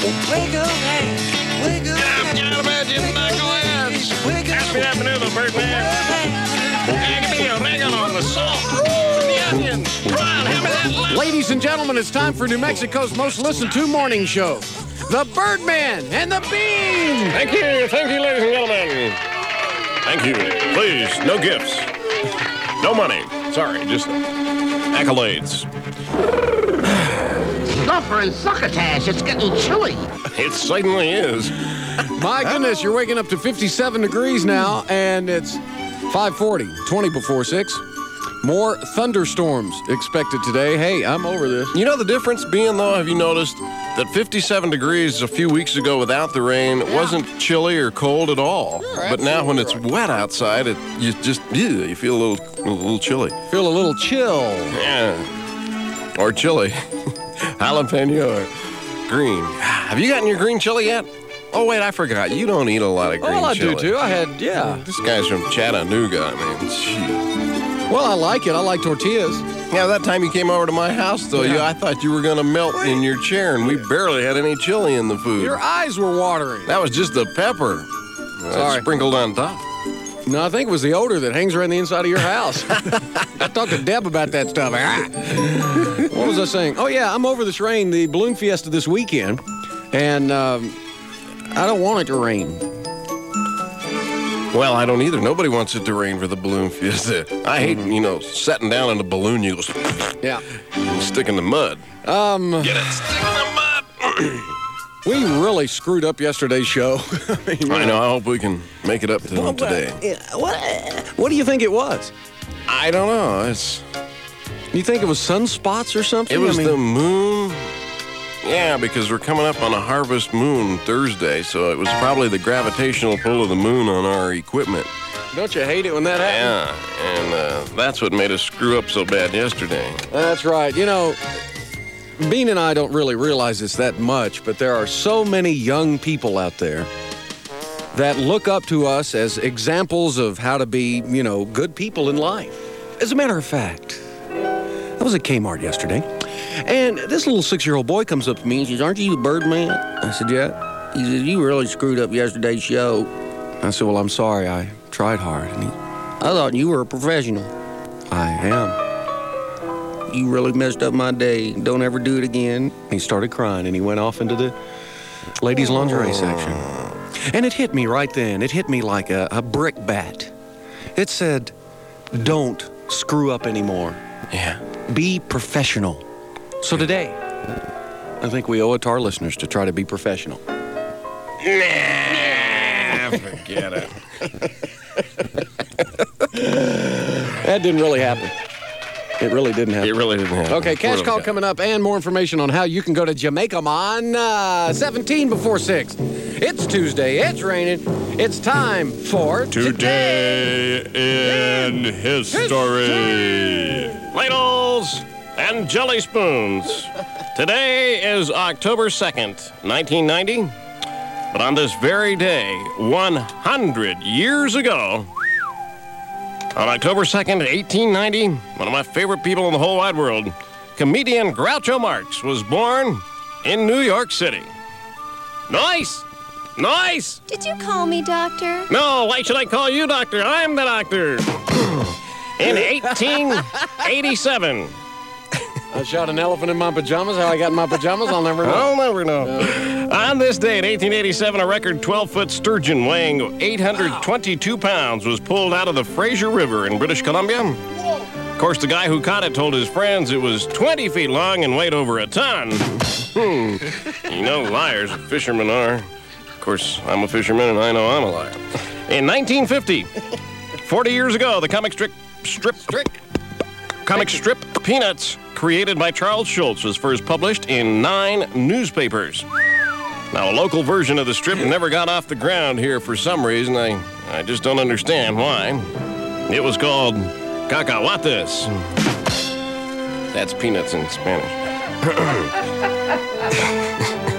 [SPEAKER 5] Wake up, wake up. Get up, get out of bed, you knuckleheads. Happy afternoon, the Birdman. Take me a nigga on the salt, the onions. Brian, hand me that lemon.
[SPEAKER 2] Ladies and gentlemen, it's time for New Mexico's most listened to morning show The Birdman and the Bean.
[SPEAKER 1] Thank you, thank you, ladies and gentlemen. Thank you. Please, no gifts, no money. Sorry, just accolades.
[SPEAKER 8] Snuffer and succotash, it's getting chilly.
[SPEAKER 1] It certainly is.
[SPEAKER 2] My goodness, you're waking up to 57 degrees now, and it's 540, 20 before 6. More thunderstorms expected today. Hey, I'm over this.
[SPEAKER 1] You know the difference being though. Have you noticed that 57 degrees a few weeks ago without the rain wasn't chilly or cold at all, but now when it's wet outside, it you just ew, you feel a little a little chilly.
[SPEAKER 2] Feel a little chill.
[SPEAKER 1] Yeah. Or chili. (laughs) Jalapeno or green. Have you gotten your green chili yet? Oh, wait, I forgot. You don't eat a lot of green
[SPEAKER 2] well, I
[SPEAKER 1] chili.
[SPEAKER 2] do too. I had, yeah.
[SPEAKER 1] This guy's from Chattanooga. I mean, gee.
[SPEAKER 2] Well, I like it. I like tortillas.
[SPEAKER 1] Yeah, that time you came over to my house, though, you, I thought you were going to melt in your chair, and we barely had any chili in the food.
[SPEAKER 2] Your eyes were watering.
[SPEAKER 1] That was just the pepper.
[SPEAKER 2] Sorry.
[SPEAKER 1] That's sprinkled on top.
[SPEAKER 2] No, I think it was the odor that hangs around the inside of your
[SPEAKER 1] (laughs)
[SPEAKER 2] house. I talked to Deb about that stuff. Ah. what was I saying? Oh, yeah, I'm over this rain, the balloon fiesta this weekend, and um, I don't want it to rain.
[SPEAKER 1] Well, I don't either. Nobody wants it to rain for the balloon fiesta. (laughs) I hate, you know, sitting down in a balloon, you go (laughs)
[SPEAKER 2] Yeah.
[SPEAKER 1] and stick in the mud.
[SPEAKER 2] Um,
[SPEAKER 1] Get it, stick in the mud.
[SPEAKER 2] we really screwed up yesterday's show. (laughs) I mean,
[SPEAKER 1] I know. I hope we can make it up to them today.
[SPEAKER 2] What, what do you think it was?
[SPEAKER 1] I don't know. It's
[SPEAKER 2] You think it was sunspots or something?
[SPEAKER 1] it was
[SPEAKER 2] I mean,
[SPEAKER 1] the moon. Yeah, because we're coming up on a harvest moon Thursday, so it was probably the gravitational pull of the moon on our equipment.
[SPEAKER 2] Don't you hate it when that happens?
[SPEAKER 1] Yeah, and uh, that's what made us screw up so bad yesterday.
[SPEAKER 2] That's right. You know, Bean and I don't really realize it's that much, but there are so many young people out there that look up to us as examples of how to be, you know, good people in life. As a matter of fact, I was at Kmart yesterday, and this little six-year-old boy comes up to me and says, "Aren't you Birdman?" I said, "Yeah." He says, "You really screwed up yesterday's show." I said, "Well, I'm sorry. I tried hard." And he, "I thought you were a professional." I am. You really messed up my day. Don't ever do it again. He started crying and he went off into the ladies' lingerie section. And it hit me right then. It hit me like a, a brick bat. It said, don't screw up anymore. Yeah. Be professional. So today, I think we owe it to our listeners to try to be professional.
[SPEAKER 1] Nah, Ah, forget it.
[SPEAKER 2] That didn't really happen. It really didn't happen. It
[SPEAKER 1] really didn't happen.
[SPEAKER 2] Okay, cash call coming up, and more information on how you can go to Jamaica on uh, 17 before 6. It's Tuesday, it's raining, it's time for
[SPEAKER 1] Today in History. Ladles and jelly spoons. Today is October 2nd, 1990. But on this very day, 100 years ago, on October 2nd, 1890, one of my favorite people in the whole wide world, comedian Groucho Marx, was born in New York City. Nice! Nice!
[SPEAKER 15] Did you call me doctor?
[SPEAKER 1] No, why should I call you doctor? I'm the doctor. In 1887.
[SPEAKER 2] I shot an elephant in my pajamas. How I got in my pajamas, I'll never know.
[SPEAKER 1] I'll never know. On this day in 1887, a record 12 foot sturgeon weighing 822 pounds was pulled out of the Fraser River in British Columbia. Of course, the guy who caught it told his friends it was 20 feet long and weighed over a ton. Hmm. You know, liars, fishermen are. Of course, I'm a fisherman and I know I'm a liar. In 1950, 40 years ago, the comic strip, strip, comic strip Peanuts, created by Charles Schulz, was first published in nine newspapers. Now, a local version of the strip never got off the ground here for some reason. I, I just don't understand why. It was called Cacahuates. That's peanuts in Spanish.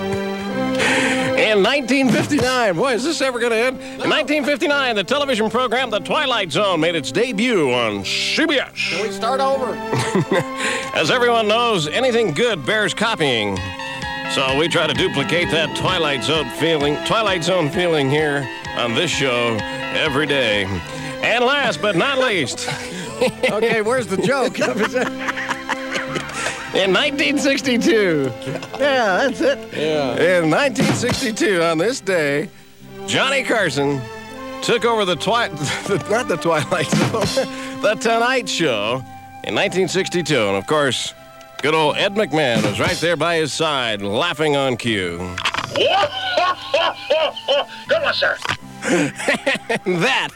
[SPEAKER 1] (laughs) In 1959, boy, is this ever going to end? In 1959, the television program The Twilight Zone made its debut on CBS. Can
[SPEAKER 19] we start over?
[SPEAKER 1] As everyone knows, anything good bears copying. So we try to duplicate that Twilight Zone feeling, Twilight Zone feeling here on this show every day. And last but not least,
[SPEAKER 2] okay, where's the joke?
[SPEAKER 1] in 1962. Yeah, that's it. Yeah. In 1962, on this day, Johnny Carson took over the twi- (laughs) the, not the Twilight Zone, (laughs) the Tonight Show in 1962, and of course, good old Ed McMahon was right there by his side, laughing on cue.
[SPEAKER 8] Good one, sir.
[SPEAKER 1] And that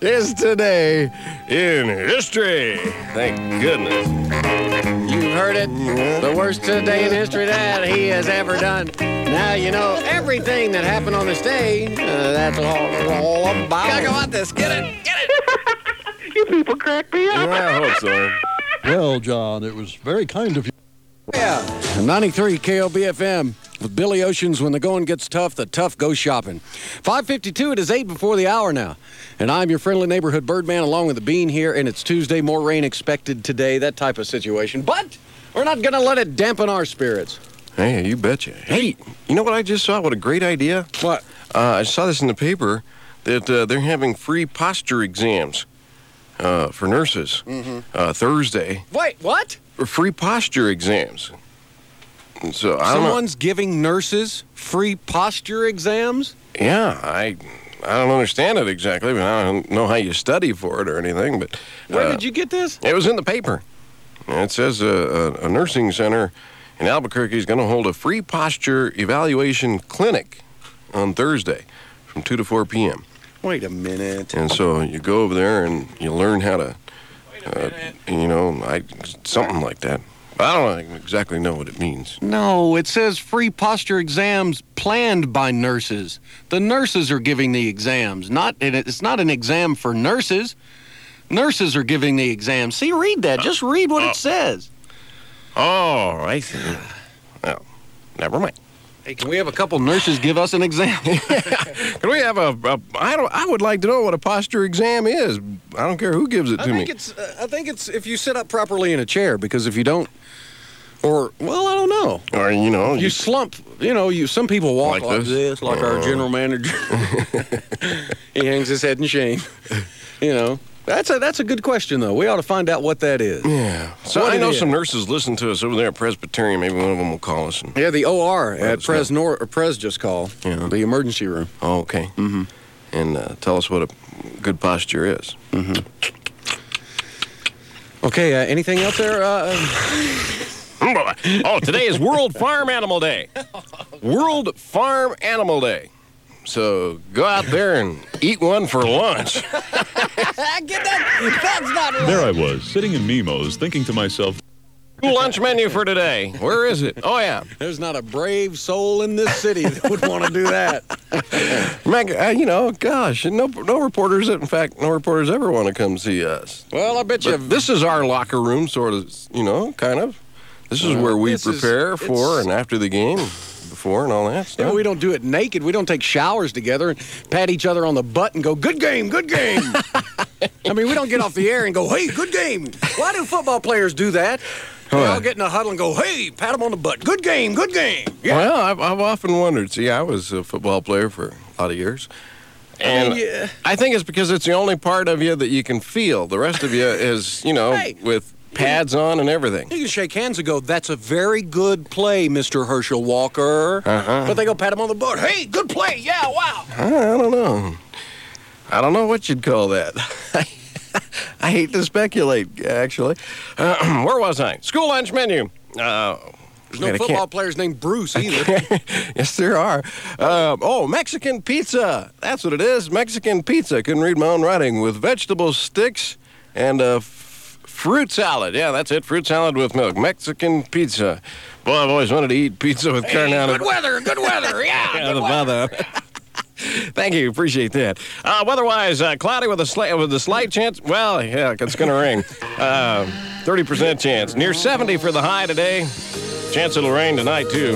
[SPEAKER 1] is today in history. Thank goodness.
[SPEAKER 19] You heard it. The worst day in history that he has ever done. Now you know everything that happened on this day. Uh, that's all, all about.
[SPEAKER 16] this. Get it.
[SPEAKER 17] You people crack me up.
[SPEAKER 1] I hope so.
[SPEAKER 20] Well, John, it was very kind of you.
[SPEAKER 2] Yeah. 93 KOBFM with Billy Ocean's When the Going Gets Tough, the Tough Go Shopping. 552, it is 8 before the hour now. And I'm your friendly neighborhood Birdman along with the Bean here, and it's Tuesday, more rain expected today, that type of situation. But we're not going to let it dampen our spirits.
[SPEAKER 1] Hey, you betcha. Hey, you know what I just saw? What a great idea.
[SPEAKER 2] What?
[SPEAKER 1] Uh, I saw this in the paper that uh, they're having free posture exams uh, for nurses
[SPEAKER 19] Mm-hmm.
[SPEAKER 1] uh, Thursday.
[SPEAKER 2] Wait, what?
[SPEAKER 1] Free posture exams. And So I don't know.
[SPEAKER 2] Someone's giving nurses free posture exams?
[SPEAKER 1] Yeah, I I don't understand it exactly, but I don't know how you study for it or anything. But
[SPEAKER 2] Where
[SPEAKER 1] uh,
[SPEAKER 2] did you get this?
[SPEAKER 1] It was in the paper. And it says uh, a, a nursing center in Albuquerque is going to hold a free posture evaluation clinic on Thursday from 2 to 4 p.m.
[SPEAKER 2] Wait a minute.
[SPEAKER 1] And so you go over there and you learn how to, uh, you know, I, something like that. I don't exactly know what it means.
[SPEAKER 2] No, it says free posture exams planned by nurses. The nurses are giving the exams, not and it's not an exam for nurses. Nurses are Uh, giving the exams. See, read that. Just read what it says.
[SPEAKER 1] Oh, I see. Never mind.
[SPEAKER 2] Hey, can we have a couple nurses give us an exam?
[SPEAKER 1] Can we have a? a I don't. I would like to know what a posture exam is. I don't care who gives it
[SPEAKER 2] I
[SPEAKER 1] to
[SPEAKER 2] think
[SPEAKER 1] me.
[SPEAKER 2] it's. uh, I think it's if you sit up properly in a chair because if you don't, or well, I don't know.
[SPEAKER 1] Or you know,
[SPEAKER 2] you, slump. You know, you. Some people walk like, this. like our
[SPEAKER 1] Uh.
[SPEAKER 2] general (laughs) manager. he hangs his head in shame. You know, that's a that's a good question though. We ought to find out what that is.
[SPEAKER 1] Yeah. So
[SPEAKER 2] What
[SPEAKER 1] I
[SPEAKER 2] it
[SPEAKER 1] know
[SPEAKER 2] is.
[SPEAKER 1] some nurses listen to us over there at Presbyterian. Maybe one of them will call us. And,
[SPEAKER 2] Yeah, the OR at
[SPEAKER 1] it's not-
[SPEAKER 2] Pres Nor or Pres just call
[SPEAKER 1] yeah.
[SPEAKER 2] the emergency room.
[SPEAKER 1] Oh, okay. Mm-hmm. And uh, tell us what a good posture is. Mm-hmm.
[SPEAKER 2] Okay. Uh, anything else there? Uh,
[SPEAKER 1] (laughs) oh, today is World Farm Animal Day. (laughs) World Farm Animal Day. So go out there and eat one for lunch.
[SPEAKER 16] Get that? That's not
[SPEAKER 21] There I was, sitting in Nemo's, thinking to myself,
[SPEAKER 1] New (laughs) lunch menu for today. Where is it? Oh yeah.
[SPEAKER 2] There's not a brave soul in this city that would want to do that.
[SPEAKER 1] Meg, uh, you know, gosh, no, no reporters. In fact, no reporters ever want to come see us.
[SPEAKER 2] (laughs) Well, I bet you
[SPEAKER 1] But this is our locker room, sort of. You know, kind of. This is
[SPEAKER 2] Well,
[SPEAKER 1] where we
[SPEAKER 2] Uh, this is-
[SPEAKER 1] prepare for
[SPEAKER 2] it's-
[SPEAKER 1] and after the game, before and all that
[SPEAKER 2] Yeah,
[SPEAKER 1] stuff.
[SPEAKER 2] we don't do it naked. We don't take showers together and pat each other on the butt and go, good game, good game. (laughs) I mean, we don't get off the air and go, hey, good game. Why do football players do that? They
[SPEAKER 1] Why?
[SPEAKER 2] all get in a huddle and go, hey, pat them on the butt. Good game, good game.
[SPEAKER 1] Well, I've, I've often wondered. See, I was a football player for a lot of years. And
[SPEAKER 2] Yeah.
[SPEAKER 1] I think it's because it's the only part of you that you can feel. The rest of you is, you know,
[SPEAKER 2] Hey.
[SPEAKER 1] with pads on and everything.
[SPEAKER 2] You can shake hands and go, that's a very good play, Mr. Herschel Walker.
[SPEAKER 1] Uh-huh.
[SPEAKER 2] But they go pat him on the butt. Hey, good play. Yeah, wow.
[SPEAKER 1] I don't know. I don't know what you'd call that. (laughs) I hate to speculate, actually. (clears throat) Uh, where was I? School lunch menu. Uh,
[SPEAKER 2] There's no
[SPEAKER 1] man, I can't-
[SPEAKER 2] football players named Bruce either.
[SPEAKER 1] (laughs) yes, there are. Um, oh, Mexican pizza. That's what it is. Mexican pizza. Couldn't read my own writing. With vegetable sticks and a f- fruit salad. Yeah, that's it. Fruit salad with milk. Mexican pizza. Boy, I've always wanted to eat pizza with carne out of.
[SPEAKER 16] Good weather, good
[SPEAKER 1] (laughs)
[SPEAKER 16] weather, yeah.
[SPEAKER 1] Out of mother. Thank you, appreciate that. Uh, weatherwise, uh, cloudy with a slight with a slight chance. Well, yeah, it's going to rain. Uh, Thirty percent chance. Near seventy for the high today. Chance it'll rain tonight too.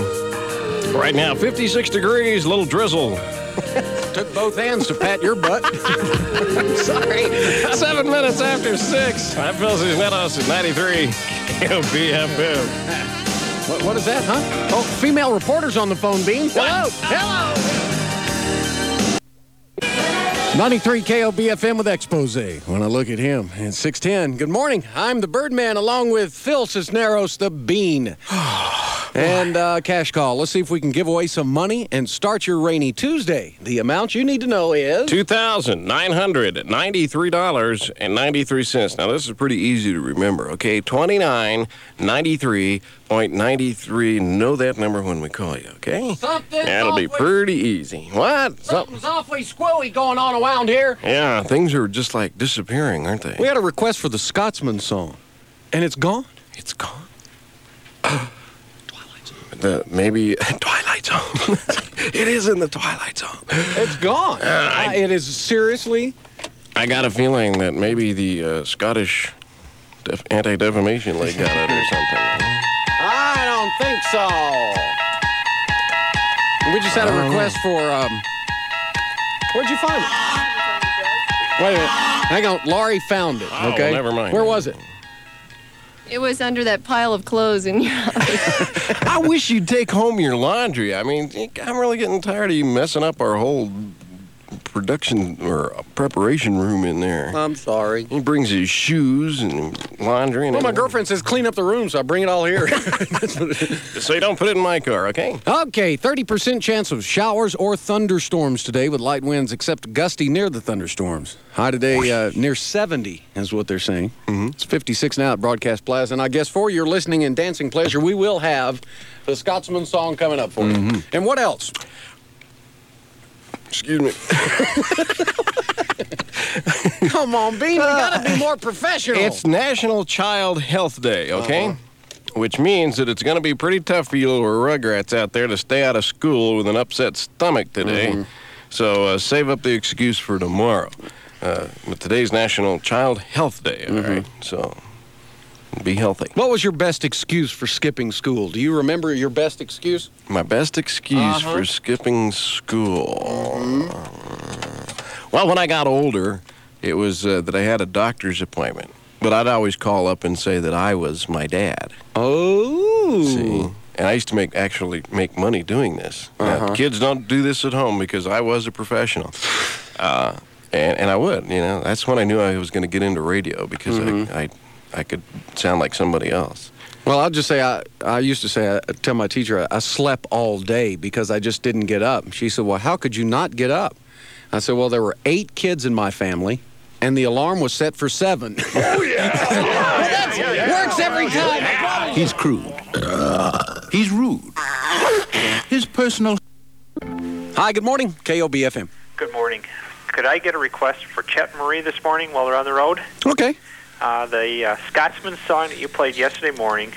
[SPEAKER 1] Right now, fifty-six degrees. Little drizzle.
[SPEAKER 2] (laughs) Took both hands to pat your butt.
[SPEAKER 1] (laughs) Sorry. Seven minutes after six. I'm Phil Cisneros at ninety-three. KOPFM.
[SPEAKER 2] What, what is that, huh? Oh, female reporters on the phone, Bean. Hello.
[SPEAKER 16] Hello.
[SPEAKER 2] 93 KOBFM with expose. When I look at him, it's 610. Good morning. I'm the Birdman along with Phil Cisneros, the Bean. and uh, cash call. Let's see if we can give away some money and start your rainy Tuesday. The amount you need to know is.
[SPEAKER 1] Two thousand nine hundred ninety-three dollars and ninety-three cents. Now this is pretty easy to remember. Okay, twenty-nine ninety-three point ninety-three. Know that number when we call you. Okay.
[SPEAKER 19] Something's
[SPEAKER 1] That'll be
[SPEAKER 19] awfully-
[SPEAKER 1] pretty easy. What? Something.
[SPEAKER 19] Something's awfully squirrely going on around here.
[SPEAKER 1] Yeah, things are just like disappearing, aren't they?
[SPEAKER 2] We had a request for the Scotsman song, and it's gone.
[SPEAKER 1] It's gone. The, maybe (laughs) Twilight Zone. (laughs) it is in the Twilight Zone.
[SPEAKER 2] It's gone. Uh, it is seriously.
[SPEAKER 1] I got a feeling that maybe the uh, Scottish def- Anti-Defamation League got it or something.
[SPEAKER 2] (laughs) I don't think so. We just had a request for. Um, where'd you find it? Wait a minute. Hang on. Laurie found it.
[SPEAKER 1] Oh,
[SPEAKER 2] okay.
[SPEAKER 1] never mind.
[SPEAKER 2] Where was it?
[SPEAKER 15] It was under that pile of clothes in your
[SPEAKER 1] I wish you'd take home your laundry. I mean, I'm really getting tired of you messing up our whole production or preparation room in there.
[SPEAKER 2] I'm sorry.
[SPEAKER 1] He brings his shoes and laundry and
[SPEAKER 2] Well, my
[SPEAKER 1] everything.
[SPEAKER 2] girlfriend says clean up the room, so I bring it all here. (laughs)
[SPEAKER 1] So you don't put it in my car, okay?
[SPEAKER 2] Okay, 30% chance of showers or thunderstorms today with light winds, except gusty near the thunderstorms. High today uh, near 70 is what they're saying. Mm-hmm. It's 56 now at Broadcast Plaza. And I guess for your listening and dancing pleasure, we will have the Scotsman song coming up for you. And what else? (laughs)
[SPEAKER 1] Excuse me.
[SPEAKER 2] Come on, Bean, we gotta be more professional.
[SPEAKER 1] It's National Child Health Day, okay? Which means that it's going to be pretty tough for you little rugrats out there to stay out of school with an upset stomach today. So uh, save up the excuse for tomorrow. Uh, but today's National Child Health Day, all right? So Be healthy.
[SPEAKER 2] What was your best excuse for skipping school? Do you remember your best excuse?
[SPEAKER 1] My best excuse
[SPEAKER 2] Uh-huh.
[SPEAKER 1] for skipping school. Well, when I got older, it was uh, that I had a doctor's appointment. But I'd always call up and say that I was my dad.
[SPEAKER 2] Oh.
[SPEAKER 1] See? And I used to make actually make money doing this. Now,
[SPEAKER 2] Uh-huh.
[SPEAKER 1] kids don't do this at home because I was a professional. Uh, and, and I would, you know. That's when I knew I was going to get into radio because
[SPEAKER 2] Mm-hmm.
[SPEAKER 1] I, I, I could sound like somebody else.
[SPEAKER 2] Well, I'll just say I, I used to say, I tell my teacher, I, I slept all day because I just didn't get up. She said, Well, how could you not get up? I said, Well, there were eight kids in my family, and the alarm was set for seven. (laughs)
[SPEAKER 16] Works every time.
[SPEAKER 3] He's
[SPEAKER 2] (laughs)
[SPEAKER 3] crude. He's rude. His personal.
[SPEAKER 2] Hi, good morning. KOBFM.
[SPEAKER 22] Good morning. Could I get a request for Chet Marie this morning while they're on the road?
[SPEAKER 2] Okay.
[SPEAKER 22] Uh, the uh, Scotsman song that you played yesterday morning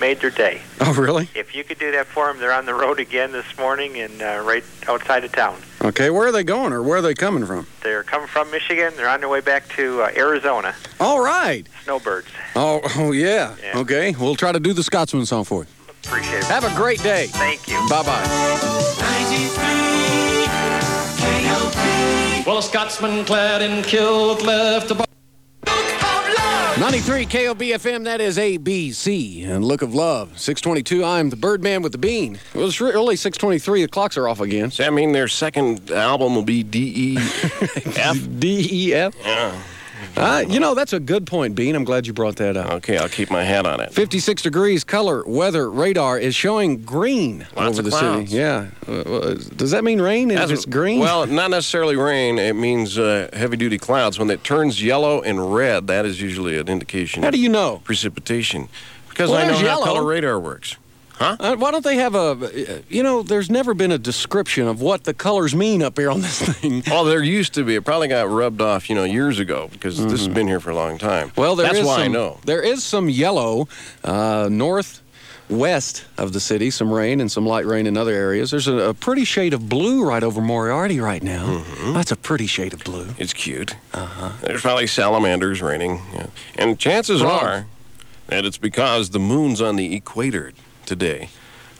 [SPEAKER 22] made their day.
[SPEAKER 2] Oh, really?
[SPEAKER 22] If you could do that for them, they're on the road again this morning and uh, right outside of town.
[SPEAKER 2] Okay, where are they going or where are they coming from?
[SPEAKER 22] They're coming from Michigan. They're on their way back to uh, Arizona.
[SPEAKER 2] All right.
[SPEAKER 22] Snowbirds.
[SPEAKER 2] Oh, (laughs) oh yeah. Okay, we'll try to do the Scotsman song for you.
[SPEAKER 22] Appreciate it.
[SPEAKER 2] Have a great day.
[SPEAKER 22] Thank you.
[SPEAKER 2] Bye bye.
[SPEAKER 16] Well, a Scotsman clad in kilt left the bar.
[SPEAKER 2] 93 KOBFM, that is ABC and Look of Love. 622, I'm the Birdman with the Bean. It was really 623, the clocks are off again.
[SPEAKER 1] Does that mean their second album will be D E F?
[SPEAKER 2] D E F?
[SPEAKER 1] Yeah.
[SPEAKER 2] Uh, you know, that's a good point, Bean. I'm glad you brought that up.
[SPEAKER 1] Okay, I'll keep my hat
[SPEAKER 2] (laughs)
[SPEAKER 1] on it.
[SPEAKER 2] 56 degrees, color, weather, radar is showing green over
[SPEAKER 1] Lots of
[SPEAKER 2] the
[SPEAKER 1] clouds.
[SPEAKER 2] city. Yeah. Uh, uh, does that mean rain if
[SPEAKER 1] That's-
[SPEAKER 2] it's green?
[SPEAKER 1] Well, not necessarily rain. It means uh, heavy duty clouds. When it turns yellow and red, that is usually an indication.
[SPEAKER 2] How do you know?
[SPEAKER 1] of precipitation? Because
[SPEAKER 2] Well,
[SPEAKER 1] I know
[SPEAKER 2] there's
[SPEAKER 1] how
[SPEAKER 2] yellow.
[SPEAKER 1] color radar works. Huh?
[SPEAKER 2] Uh, why don't they have a? You know, there's never been a description of what the colors mean up here on this (laughs) thing.
[SPEAKER 1] Oh, there used to be. It probably got rubbed off, you know, years ago because this has been here for a long time.
[SPEAKER 2] Mm-hmm. Well, there is
[SPEAKER 1] that's why
[SPEAKER 2] some,
[SPEAKER 1] I know.
[SPEAKER 2] There is some yellow uh, north west of the city, some rain and some light rain in other areas. There's a, a pretty shade of blue right over Moriarty right now.
[SPEAKER 1] Mm-hmm.
[SPEAKER 2] That's a pretty shade of blue.
[SPEAKER 1] It's cute. Uh-huh. There's probably salamanders raining, yeah. and chances
[SPEAKER 2] Frogs.
[SPEAKER 1] are that it's because the moon's on the equator today.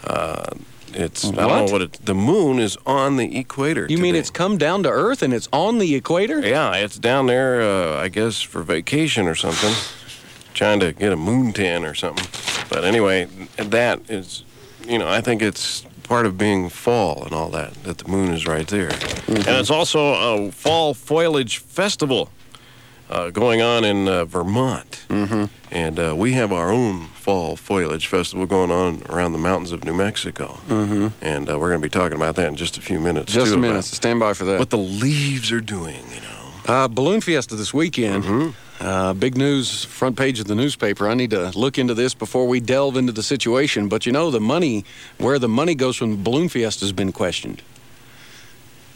[SPEAKER 1] Uh, it's I don't
[SPEAKER 2] What?
[SPEAKER 1] know what it. The moon is on the equator.
[SPEAKER 2] You mean
[SPEAKER 1] today.
[SPEAKER 2] it's come down to earth and it's on the equator?
[SPEAKER 1] Yeah, it's down there. Uh, I guess for vacation or something, trying to get a moon tan or something. But anyway, that is, you know, I think it's part of being fall and all that that the moon is right there, and it's also a fall foliage festival uh, going on in uh, Vermont, mm-hmm. and uh, we have our own fall foliage festival going on around the mountains of New Mexico,
[SPEAKER 2] Mm-hmm.
[SPEAKER 1] and uh, we're going to be talking about that in just a few minutes.
[SPEAKER 2] Just
[SPEAKER 1] too,
[SPEAKER 2] a
[SPEAKER 1] about
[SPEAKER 2] minute. Stand by for that.
[SPEAKER 1] What the leaves are doing.
[SPEAKER 2] Uh, Balloon Fiesta this weekend. Uh, big news, front page of the newspaper. I need to look into this before we delve into the situation. But you know, the money, where the money goes from Balloon Fiesta has been questioned.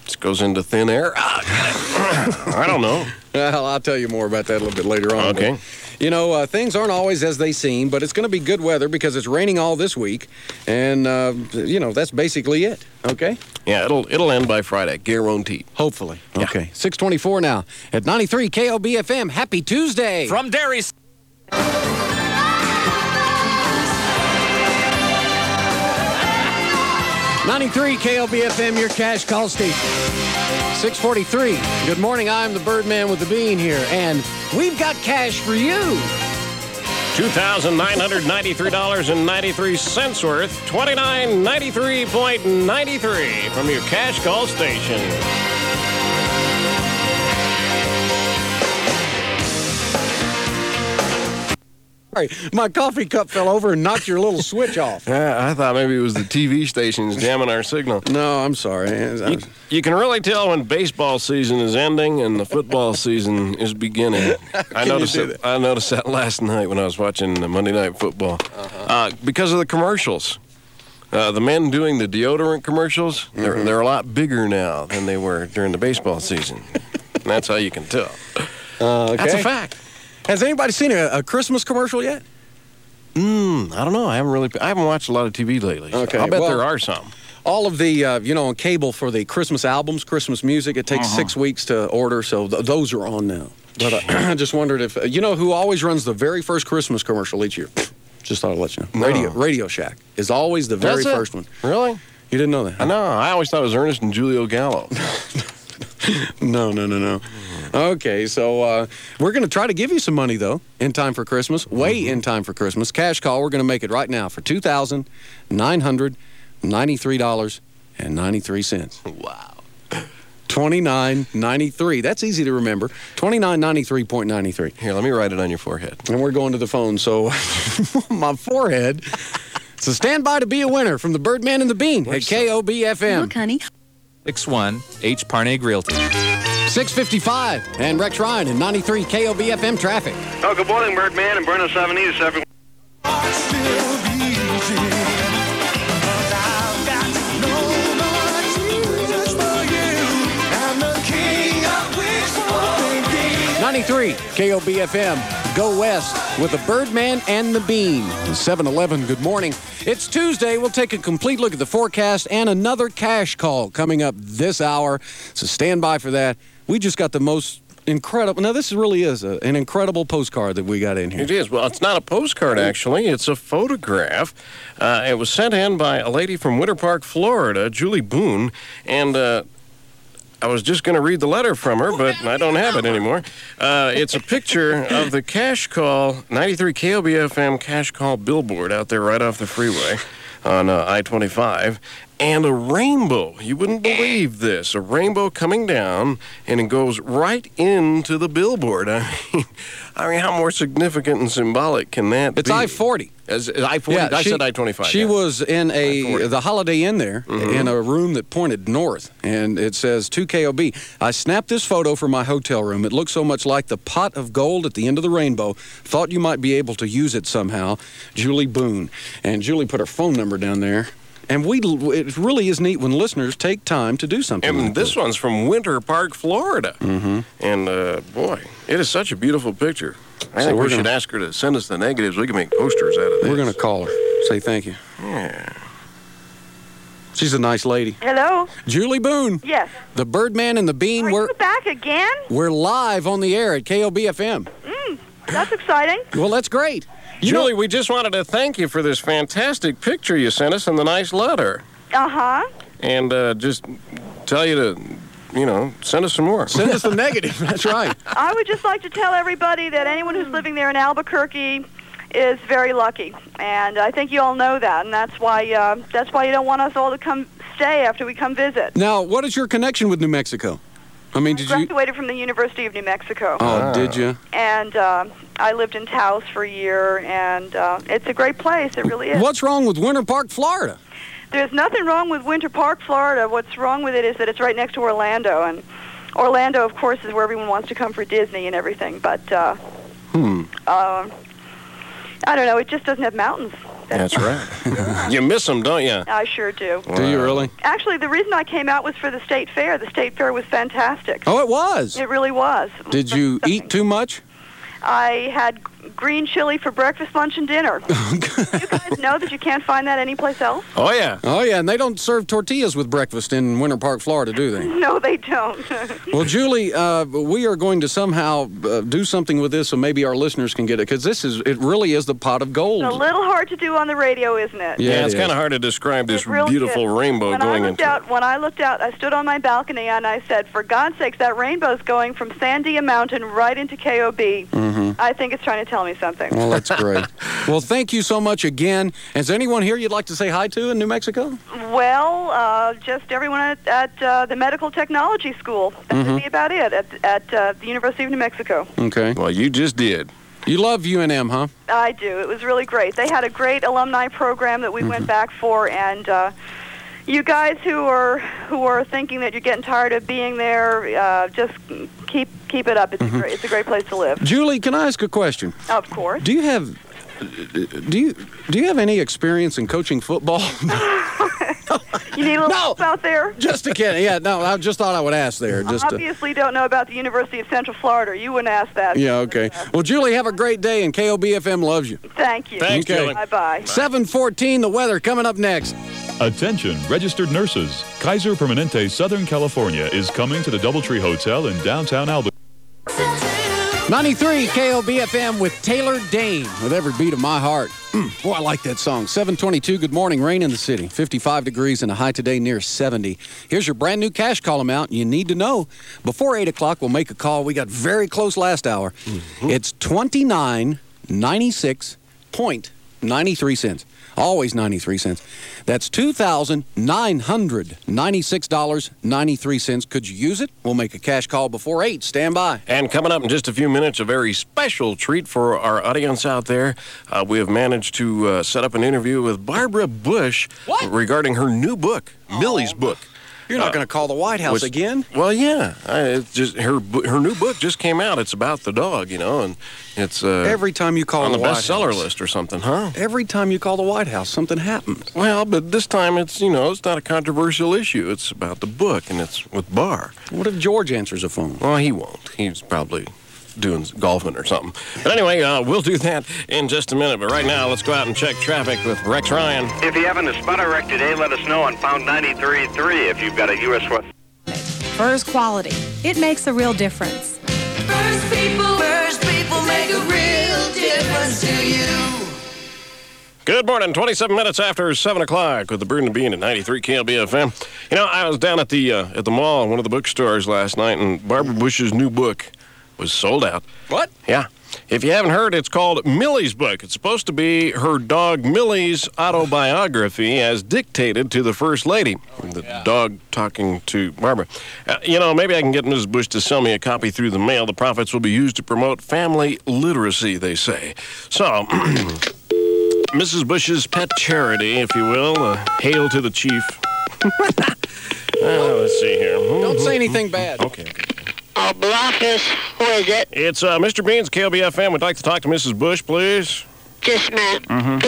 [SPEAKER 1] Just goes into thin air. Ah, (coughs) I don't know.
[SPEAKER 2] Well, I'll tell you more about that a little bit later on.
[SPEAKER 1] Okay.
[SPEAKER 2] But, you know, uh, things aren't always as they seem, but it's going to be good weather because it's raining all this week. And, uh, you know, that's basically it. Okay?
[SPEAKER 1] Yeah, it'll it'll end by Friday, guaranteed.
[SPEAKER 2] Hopefully. Okay. 624 now at 93 KOBFM. Happy Tuesday. From Dairy. Ninety-three KLBFM, your cash call station. Six forty-three. Good morning. I'm the Birdman with the Bean here, and we've got cash for you.
[SPEAKER 1] Two thousand nine hundred ninety-three dollars and ninety-three cents worth, twenty-nine ninety-three point ninety-three from your cash call station.
[SPEAKER 2] Sorry, my coffee cup fell over and knocked your little switch off.
[SPEAKER 1] (laughs) Yeah, I thought maybe it was the TV stations jamming our signal.
[SPEAKER 2] No, I'm sorry.
[SPEAKER 1] You, you can really tell when baseball season is ending and
[SPEAKER 2] (laughs)
[SPEAKER 1] the football season is beginning. I
[SPEAKER 2] Can you
[SPEAKER 1] noticed
[SPEAKER 2] do
[SPEAKER 1] it, I noticed that last night when I was watching the Monday Night Football
[SPEAKER 2] Uh-huh.
[SPEAKER 1] uh, because of the commercials. Uh, the men doing the deodorant commercials, they're,
[SPEAKER 2] Mm-hmm.
[SPEAKER 1] they're a lot bigger now than they were during the baseball season. and that's how you can tell.
[SPEAKER 2] Uh, okay.
[SPEAKER 1] That's a fact.
[SPEAKER 2] Has anybody seen a, a Christmas commercial yet?
[SPEAKER 1] Mm, I don't know. I haven't really. I haven't watched a lot of TV lately. so
[SPEAKER 2] Okay,
[SPEAKER 1] I bet
[SPEAKER 2] well-
[SPEAKER 1] there are some.
[SPEAKER 2] All of the, uh, you know,
[SPEAKER 1] Uh-huh.
[SPEAKER 2] on cable for the Christmas albums, Christmas music, it takes six weeks to order, so th- those are on now. But uh, (clears throat) I, I just wondered if you know who always runs the very first Christmas commercial each year. (sniffs) Just thought I'd let you know. Radio Radio Shack is always the very
[SPEAKER 1] That's it?
[SPEAKER 2] first one.
[SPEAKER 1] Really? You
[SPEAKER 2] didn't know that?
[SPEAKER 1] I know. I always thought it was Ernest and Julio Gallo.
[SPEAKER 2] No, no, no, no. Okay, so uh, we're going to try to give you some money, though, in time for Christmas, way
[SPEAKER 1] Mm-hmm.
[SPEAKER 2] in time for Christmas. Cash call, we're going to make it right now for $2,993.93. Wow. Twenty-nine ninety-three. That's easy to remember. Twenty-nine ninety-three point ninety-three.
[SPEAKER 1] Here, let me write it on your forehead.
[SPEAKER 2] And we're going to the phone, so (laughs) my forehead. So stand by to be a winner from the Birdman and the Bean at KOBFM. Look, honey.
[SPEAKER 6] 6-1, H. Parnay Realty.
[SPEAKER 2] 655 and Rex Ryan in 93 KOBFM traffic.
[SPEAKER 7] Oh, good morning, Birdman and Brenda 70s, everyone.
[SPEAKER 16] I'm the king of wishful
[SPEAKER 2] 93 KOBFM. Go West with the Birdman and the Bean. 7 Eleven, good morning. It's Tuesday. We'll take a complete look at the forecast and another cash call coming up this hour. So stand by for that. We just got the most incredible. Now, this really is a, an incredible postcard that we got in here.
[SPEAKER 1] It is. Well, it's not a postcard, actually. It's a photograph. Uh, it was sent in by a lady from Winter Park, Florida, Julie Boone. And uh, I was just going to read the letter from her, but I don't have it anymore. Uh, it's a picture of the Cash Call 93 KLBFM Cash Call billboard out there right off the freeway on uh, I 25. And a rainbow. You wouldn't believe this. A rainbow coming down, and it goes right into the billboard. (laughs) I mean, I mean how more significant and symbolic can that
[SPEAKER 2] It's
[SPEAKER 1] be?
[SPEAKER 2] I 40.
[SPEAKER 1] As, as I 40. I
[SPEAKER 2] she-
[SPEAKER 1] said I 25.
[SPEAKER 2] She
[SPEAKER 1] yeah. Mm-hmm.
[SPEAKER 2] was in a the Holiday Inn there in a room that pointed north, and it says 2KOB. I snapped this photo from my hotel room. It looked so much like the pot of gold at the end of the rainbow. Thought you might be able to use it somehow. Julie Boone, and Julie put her phone number down there. And we, it really is neat when listeners take time to do something.
[SPEAKER 1] And
[SPEAKER 2] like
[SPEAKER 1] this one's from Winter Park, Florida. Mm-hmm. And uh, boy, it is such a beautiful picture. I
[SPEAKER 2] So
[SPEAKER 1] think
[SPEAKER 2] we're
[SPEAKER 1] we should
[SPEAKER 2] gonna-
[SPEAKER 1] ask her to send us the negatives. We can make posters out of this.
[SPEAKER 2] We're going to call her. Say thank you.
[SPEAKER 1] Yeah.
[SPEAKER 2] She's a nice lady.
[SPEAKER 12] Hello?
[SPEAKER 2] Julie Boone,
[SPEAKER 12] Yes.
[SPEAKER 2] the Birdman and the Bean. We're
[SPEAKER 12] Back again?
[SPEAKER 2] we're live on the air at KOBFM.
[SPEAKER 12] That's exciting.
[SPEAKER 2] Well, that's great.
[SPEAKER 1] Julie, we just wanted to thank you for this fantastic picture you sent us and the nice letter.
[SPEAKER 12] Uh huh.
[SPEAKER 1] And uh, just tell you to, you know, send us some more.
[SPEAKER 2] Send us the negative. (laughs) That's right.
[SPEAKER 12] I would just like to tell everybody that anyone who's living there in Albuquerque is very lucky, and I think you all know that, and that's why uh, that's why you don't want us all to come stay after we come visit.
[SPEAKER 2] Now, what is your connection with New Mexico? I mean, did you?
[SPEAKER 12] Graduated from the University of New Mexico.
[SPEAKER 2] Oh, did you?
[SPEAKER 12] And uh, I lived in Taos for a year, and uh, it's a great place. It really is.
[SPEAKER 2] What's wrong with Winter Park, Florida?
[SPEAKER 12] There's nothing wrong with Winter Park, Florida. What's wrong with it is that it's right next to Orlando, and Orlando, of course, is where everyone wants to come for Disney and everything. But uh,
[SPEAKER 1] Hmm.
[SPEAKER 12] um, I don't know. It just doesn't have mountains.
[SPEAKER 1] That's right. (laughs) you miss them, don't you?
[SPEAKER 12] I sure do.
[SPEAKER 2] Do you really?
[SPEAKER 12] Actually, the reason I came out was for the state fair. The state fair was fantastic.
[SPEAKER 2] Oh, it was.
[SPEAKER 12] It really was.
[SPEAKER 2] Did
[SPEAKER 12] (laughs)
[SPEAKER 2] you eat too much?
[SPEAKER 12] I had g- green chili for breakfast, lunch,
[SPEAKER 2] (laughs)
[SPEAKER 12] and dinner.
[SPEAKER 2] Oh,
[SPEAKER 12] you guys know that you can't find that anyplace else.
[SPEAKER 1] Oh yeah.
[SPEAKER 2] Oh yeah, and they don't serve tortillas with breakfast in Winter Park, Florida, do they?
[SPEAKER 12] No, they don't. (laughs)
[SPEAKER 2] Well, Julie, uh, we are going to somehow uh, do something with this, so maybe our listeners can get it because this is it really is the pot of gold.
[SPEAKER 12] It's a little hard to do on the radio, isn't it?
[SPEAKER 1] Yeah,
[SPEAKER 2] it
[SPEAKER 1] it's
[SPEAKER 2] is.
[SPEAKER 1] kind of hard to describe this
[SPEAKER 12] Real
[SPEAKER 1] beautiful
[SPEAKER 12] good.
[SPEAKER 1] rainbow
[SPEAKER 12] when
[SPEAKER 1] going
[SPEAKER 12] I
[SPEAKER 1] into.
[SPEAKER 12] looked out, When I looked out, I stood on my balcony and I said, for God's sakes, that rainbow's going from Sandia Mountain right into KOB.
[SPEAKER 1] Mm-hmm.
[SPEAKER 2] Mhm.
[SPEAKER 12] I think it's trying to tell me something.
[SPEAKER 2] Well, that's great. (laughs) well, thank you so much again. Is there anyone here you'd like to say hi to in New Mexico?
[SPEAKER 12] Well, uh, just everyone at, at uh, the Medical Technology School.
[SPEAKER 1] Mm-hmm.
[SPEAKER 12] That would
[SPEAKER 2] Mhm.
[SPEAKER 12] be about it at, at uh, the University of New Mexico.
[SPEAKER 2] Okay.
[SPEAKER 1] Well, you just did.
[SPEAKER 2] You love UNM, huh?
[SPEAKER 12] I do. It was really great. They had a great alumni program that we
[SPEAKER 2] Mm-hmm.
[SPEAKER 12] went back for, and uh, you guys who are who are thinking that you're getting tired of being there, uh, just keep keep it up. It's
[SPEAKER 2] Mm-hmm.
[SPEAKER 12] a great, it's a great place to live.
[SPEAKER 2] Julie, can I ask a question?
[SPEAKER 12] Of course.
[SPEAKER 2] Do you have do you do you have any experience in coaching football? (laughs)
[SPEAKER 12] You need a little help out there.
[SPEAKER 2] just a kid. Yeah, no, I just thought I would ask there. Just uh, to,
[SPEAKER 12] Obviously, don't know about the University of Central Florida. You wouldn't ask that.
[SPEAKER 2] yeah, okay. Well, Julie, have a great day, and KOBFM loves you.
[SPEAKER 12] Thank you.
[SPEAKER 2] Thanks, Okay. Julie.
[SPEAKER 12] Bye bye.
[SPEAKER 2] Seven fourteen. The weather coming up next.
[SPEAKER 21] Attention, registered nurses. Kaiser Permanente Southern California is coming to the Doubletree Hotel in downtown Albuquerque.
[SPEAKER 2] 93 KOBFM with Taylor Dane with every beat of my heart. (clears throat) Mm, Boy, I like that song. 722, good morning, rain in the city. 55 degrees and a high today near 70. Here's your brand new cash call amount you need to know. Before 8 o'clock, we'll make a call. We got very close last hour. It's 2996.93 cents. Always 93 cents. That's $2,996.93. Could you use it? We'll make a cash call before 8. Stand by.
[SPEAKER 1] And coming up in just a few minutes, a very special treat for our audience out there. Uh, we have managed to uh, set up an interview with Barbara Bush regarding her new book, Millie's book.
[SPEAKER 2] You're not
[SPEAKER 1] Uh,
[SPEAKER 2] going to call the White Oh, House
[SPEAKER 1] which-
[SPEAKER 2] again.
[SPEAKER 1] Well, yeah, I, it's just her bo- her new book just came out. It's about the dog, you know, and it's uh,
[SPEAKER 2] Every time you call
[SPEAKER 1] on
[SPEAKER 2] the
[SPEAKER 1] the,
[SPEAKER 2] White
[SPEAKER 1] bestseller
[SPEAKER 2] House.
[SPEAKER 1] list or something, huh?
[SPEAKER 2] Every time you call the White House, something happens.
[SPEAKER 1] Well, but this time it's you know it's not a controversial issue. It's about the book, and it's with Barr.
[SPEAKER 2] What if George answers a phone?
[SPEAKER 1] Well, he won't. He's probably doing golfing or something. But anyway, uh, we'll do that in just a minute. But right now, let's go out and check traffic with Rex Ryan.
[SPEAKER 7] If you haven't a sputter wreck today, let us know on Pound 93.3 if you've got a U.S. West.
[SPEAKER 4] Furs quality. It makes a real difference.
[SPEAKER 9] First people, first people make a real difference to you.
[SPEAKER 1] Good morning. 27 minutes after 7 o'clock with the Burden Bean at 93 KLBFM. You know, I was down at the uh, at the mall in one of the bookstores last night, and Barbara Bush's new book was sold out.
[SPEAKER 2] What?
[SPEAKER 1] Yeah. If you haven't heard, it's called Millie's Book. It's supposed to be her dog Millie's autobiography as dictated to the First Lady. the dog talking to Barbara. Uh, you know, maybe I can get Mrs. Bush to sell me a copy through the mail. The profits will be used to promote family literacy, they say. So. (clears throat) Mrs. Bush's pet charity, if you will. Uh, hail to the chief. (laughs) Uh, let's see here.
[SPEAKER 2] Don't
[SPEAKER 1] Mm-hmm.
[SPEAKER 2] say anything bad.
[SPEAKER 1] Okay. Uh, Bluffus, who is it? It's uh, Mr. Bean's KLBFM. Would like to talk to Mrs. Bush, please.
[SPEAKER 9] Just a minute.
[SPEAKER 1] Mm-hmm.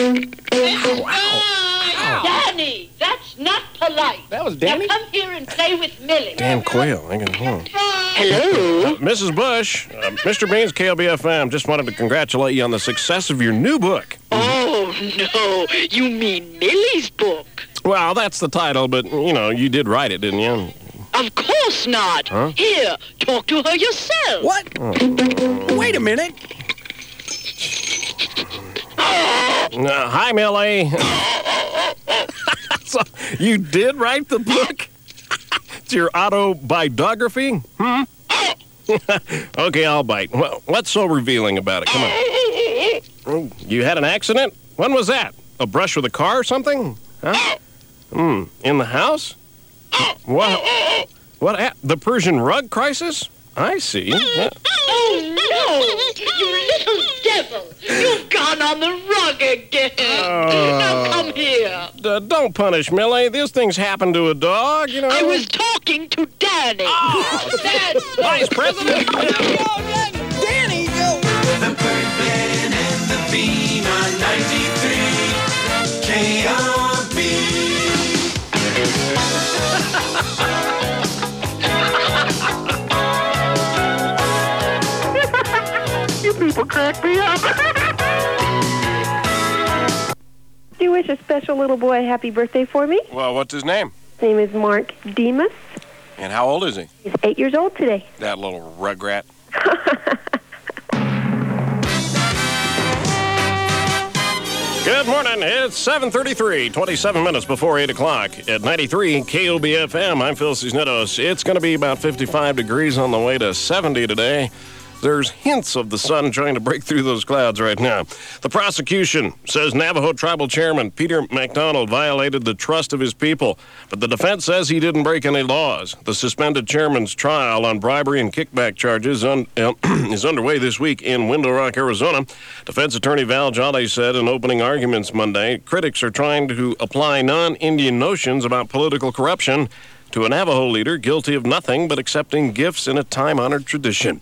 [SPEAKER 9] Danny, that's not polite. That was
[SPEAKER 1] Danny?
[SPEAKER 9] Now come here and play with Millie.
[SPEAKER 1] Damn quail. I can, hold on. Hello. Mrs. Bush, uh, Mr. Bean's KLBFM just wanted to congratulate you on the success of your new book.
[SPEAKER 9] Oh, no. You mean Millie's book?
[SPEAKER 1] Well, that's the title, but, you know, you did write it, didn't you?
[SPEAKER 9] Of course not.
[SPEAKER 1] Huh?
[SPEAKER 9] Here, talk to her yourself.
[SPEAKER 2] What? Wait a minute.
[SPEAKER 1] Uh, hi, Millie. (laughs) so, you did write the book? it's your autobiography? Hmm? (laughs) okay, I'll bite. Well, what's so revealing about it? Come on. Oh, you had an accident? When was that? A brush with a car or something? Huh? Hmm. In the house? What? What? hap- The Persian rug crisis? I see. Uh, Yeah.
[SPEAKER 9] Oh, no. You little devil. You've gone on the rug again. now come here.
[SPEAKER 1] Uh, don't punish Millie. These things happen to a dog, you know.
[SPEAKER 9] I was talking to Danny.
[SPEAKER 1] Oh,
[SPEAKER 9] Danny.
[SPEAKER 1] Vice President.
[SPEAKER 9] Danny,
[SPEAKER 16] The Birdman and the Bean on 93 KRB.
[SPEAKER 8] you people crack me up.
[SPEAKER 23] Do you wish a special little boy a happy birthday for me?
[SPEAKER 1] Well, what's his name?
[SPEAKER 23] His name is Mark Demas.
[SPEAKER 1] And how old is he?
[SPEAKER 23] He's eight years old today.
[SPEAKER 1] That little
[SPEAKER 23] (laughs)
[SPEAKER 1] rugrat. Good morning. It's 7.33, 27 minutes before 8 o'clock at 93 KOBFM. I'm Phil Cisneros. It's going to be about 55 degrees on the way to 70 today. There's hints of the sun trying to break through those clouds right now. The prosecution says Navajo tribal chairman Peter MacDonald violated the trust of his people, but the defense says he didn't break any laws. The suspended chairman's trial on bribery and kickback charges un- (clears throat) is underway this week in Window Rock, Arizona. Defense attorney Val Jolly said in opening arguments Monday critics are trying to apply non Indian notions about political corruption to a Navajo leader guilty of nothing but accepting gifts in a time honored tradition.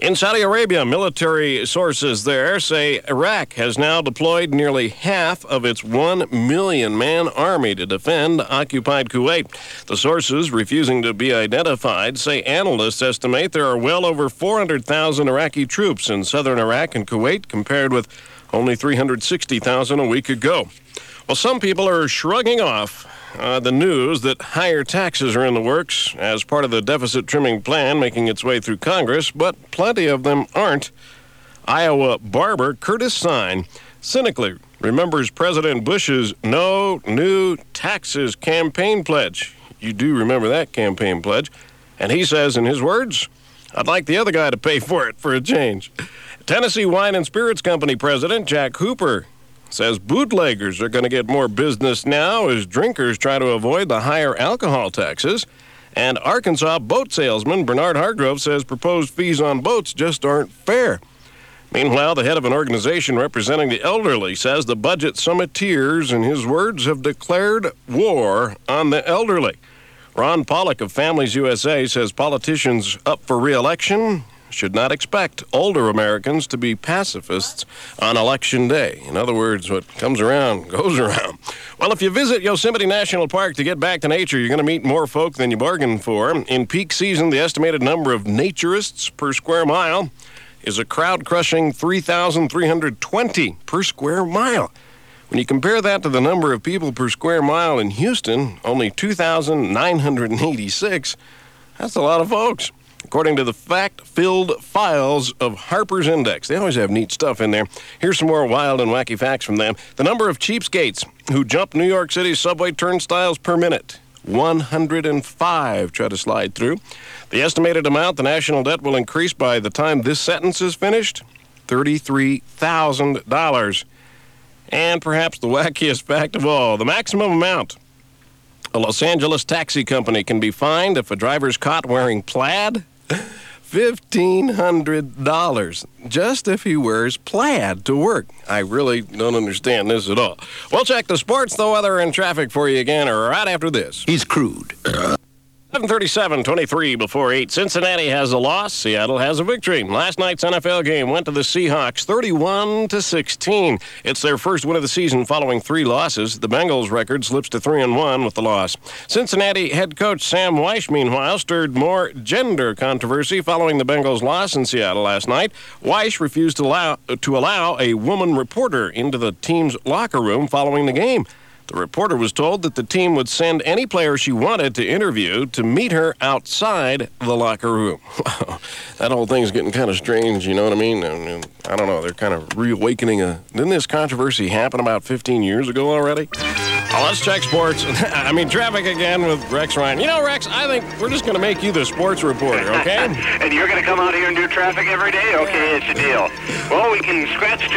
[SPEAKER 1] In Saudi Arabia, military sources there say Iraq has now deployed nearly half of its 1 million man army to defend occupied Kuwait. The sources, refusing to be identified, say analysts estimate there are well over 400,000 Iraqi troops in southern Iraq and Kuwait compared with only 360,000 a week ago. Well, some people are shrugging off uh, the news that higher taxes are in the works as part of the deficit trimming plan making its way through Congress, but plenty of them aren't. Iowa barber Curtis Sine cynically remembers President Bush's no new taxes campaign pledge. You do remember that campaign pledge. And he says, in his words, I'd like the other guy to pay for it for a change. Tennessee Wine and Spirits Company President Jack Hooper says bootleggers are going to get more business now as drinkers try to avoid the higher alcohol taxes. And Arkansas boat salesman Bernard Hargrove says proposed fees on boats just aren't fair. Meanwhile, the head of an organization representing the elderly says the budget summiteers, in his words, have declared war on the elderly. Ron Pollock of Families USA says politicians up for reelection should not expect older Americans to be pacifists on election day. In other words, what comes around (laughs) goes around. Well, if you visit Yosemite National Park to get back to nature, you're going to meet more folk than you bargained for. In peak season, the estimated number of naturists per square mile is a crowd crushing 3,320 per square mile. When you compare that to the number of people per square mile in Houston, only 2,986, that's a lot of folks. According to the fact filled files of Harper's Index, they always have neat stuff in there. Here's some more wild and wacky facts from them. The number of cheapskates who jump New York City's subway turnstiles per minute 105 try to slide through. The estimated amount the national debt will increase by the time this sentence is finished $33,000. And perhaps the (laughs) wackiest fact of all the maximum amount a Los Angeles taxi company can be fined if a driver's caught wearing plaid. $1,500 just if he wears plaid to work. I really don't understand this at all. We'll check the sports, the weather, and traffic for you again right after this.
[SPEAKER 3] He's crude.
[SPEAKER 1] 737 23 before 8. Cincinnati has a loss. Seattle has a victory. Last night's NFL game went to the Seahawks 31 to 16. It's their first win of the season following three losses. The Bengals' record slips to 3 and 1 with the loss. Cincinnati head coach Sam Weish, meanwhile, stirred more gender controversy following the Bengals' loss in Seattle last night. Weish refused to allow, to allow a woman reporter into the team's locker room following the game. The reporter was told that the team would send any player she wanted to interview to meet her outside the locker room. (laughs) Wow, that whole thing's getting kind of strange, you know what I mean? I, mean, I don't know, they're kind of reawakening a. Didn't this controversy happen about 15 years ago already? Well, let's check sports. (laughs) I mean, traffic again with Rex Ryan. You know, Rex, I think we're just going to make you the sports reporter, okay?
[SPEAKER 7] and you're going to come out here and do traffic every day? Okay, it's a deal. Well, we can scratch to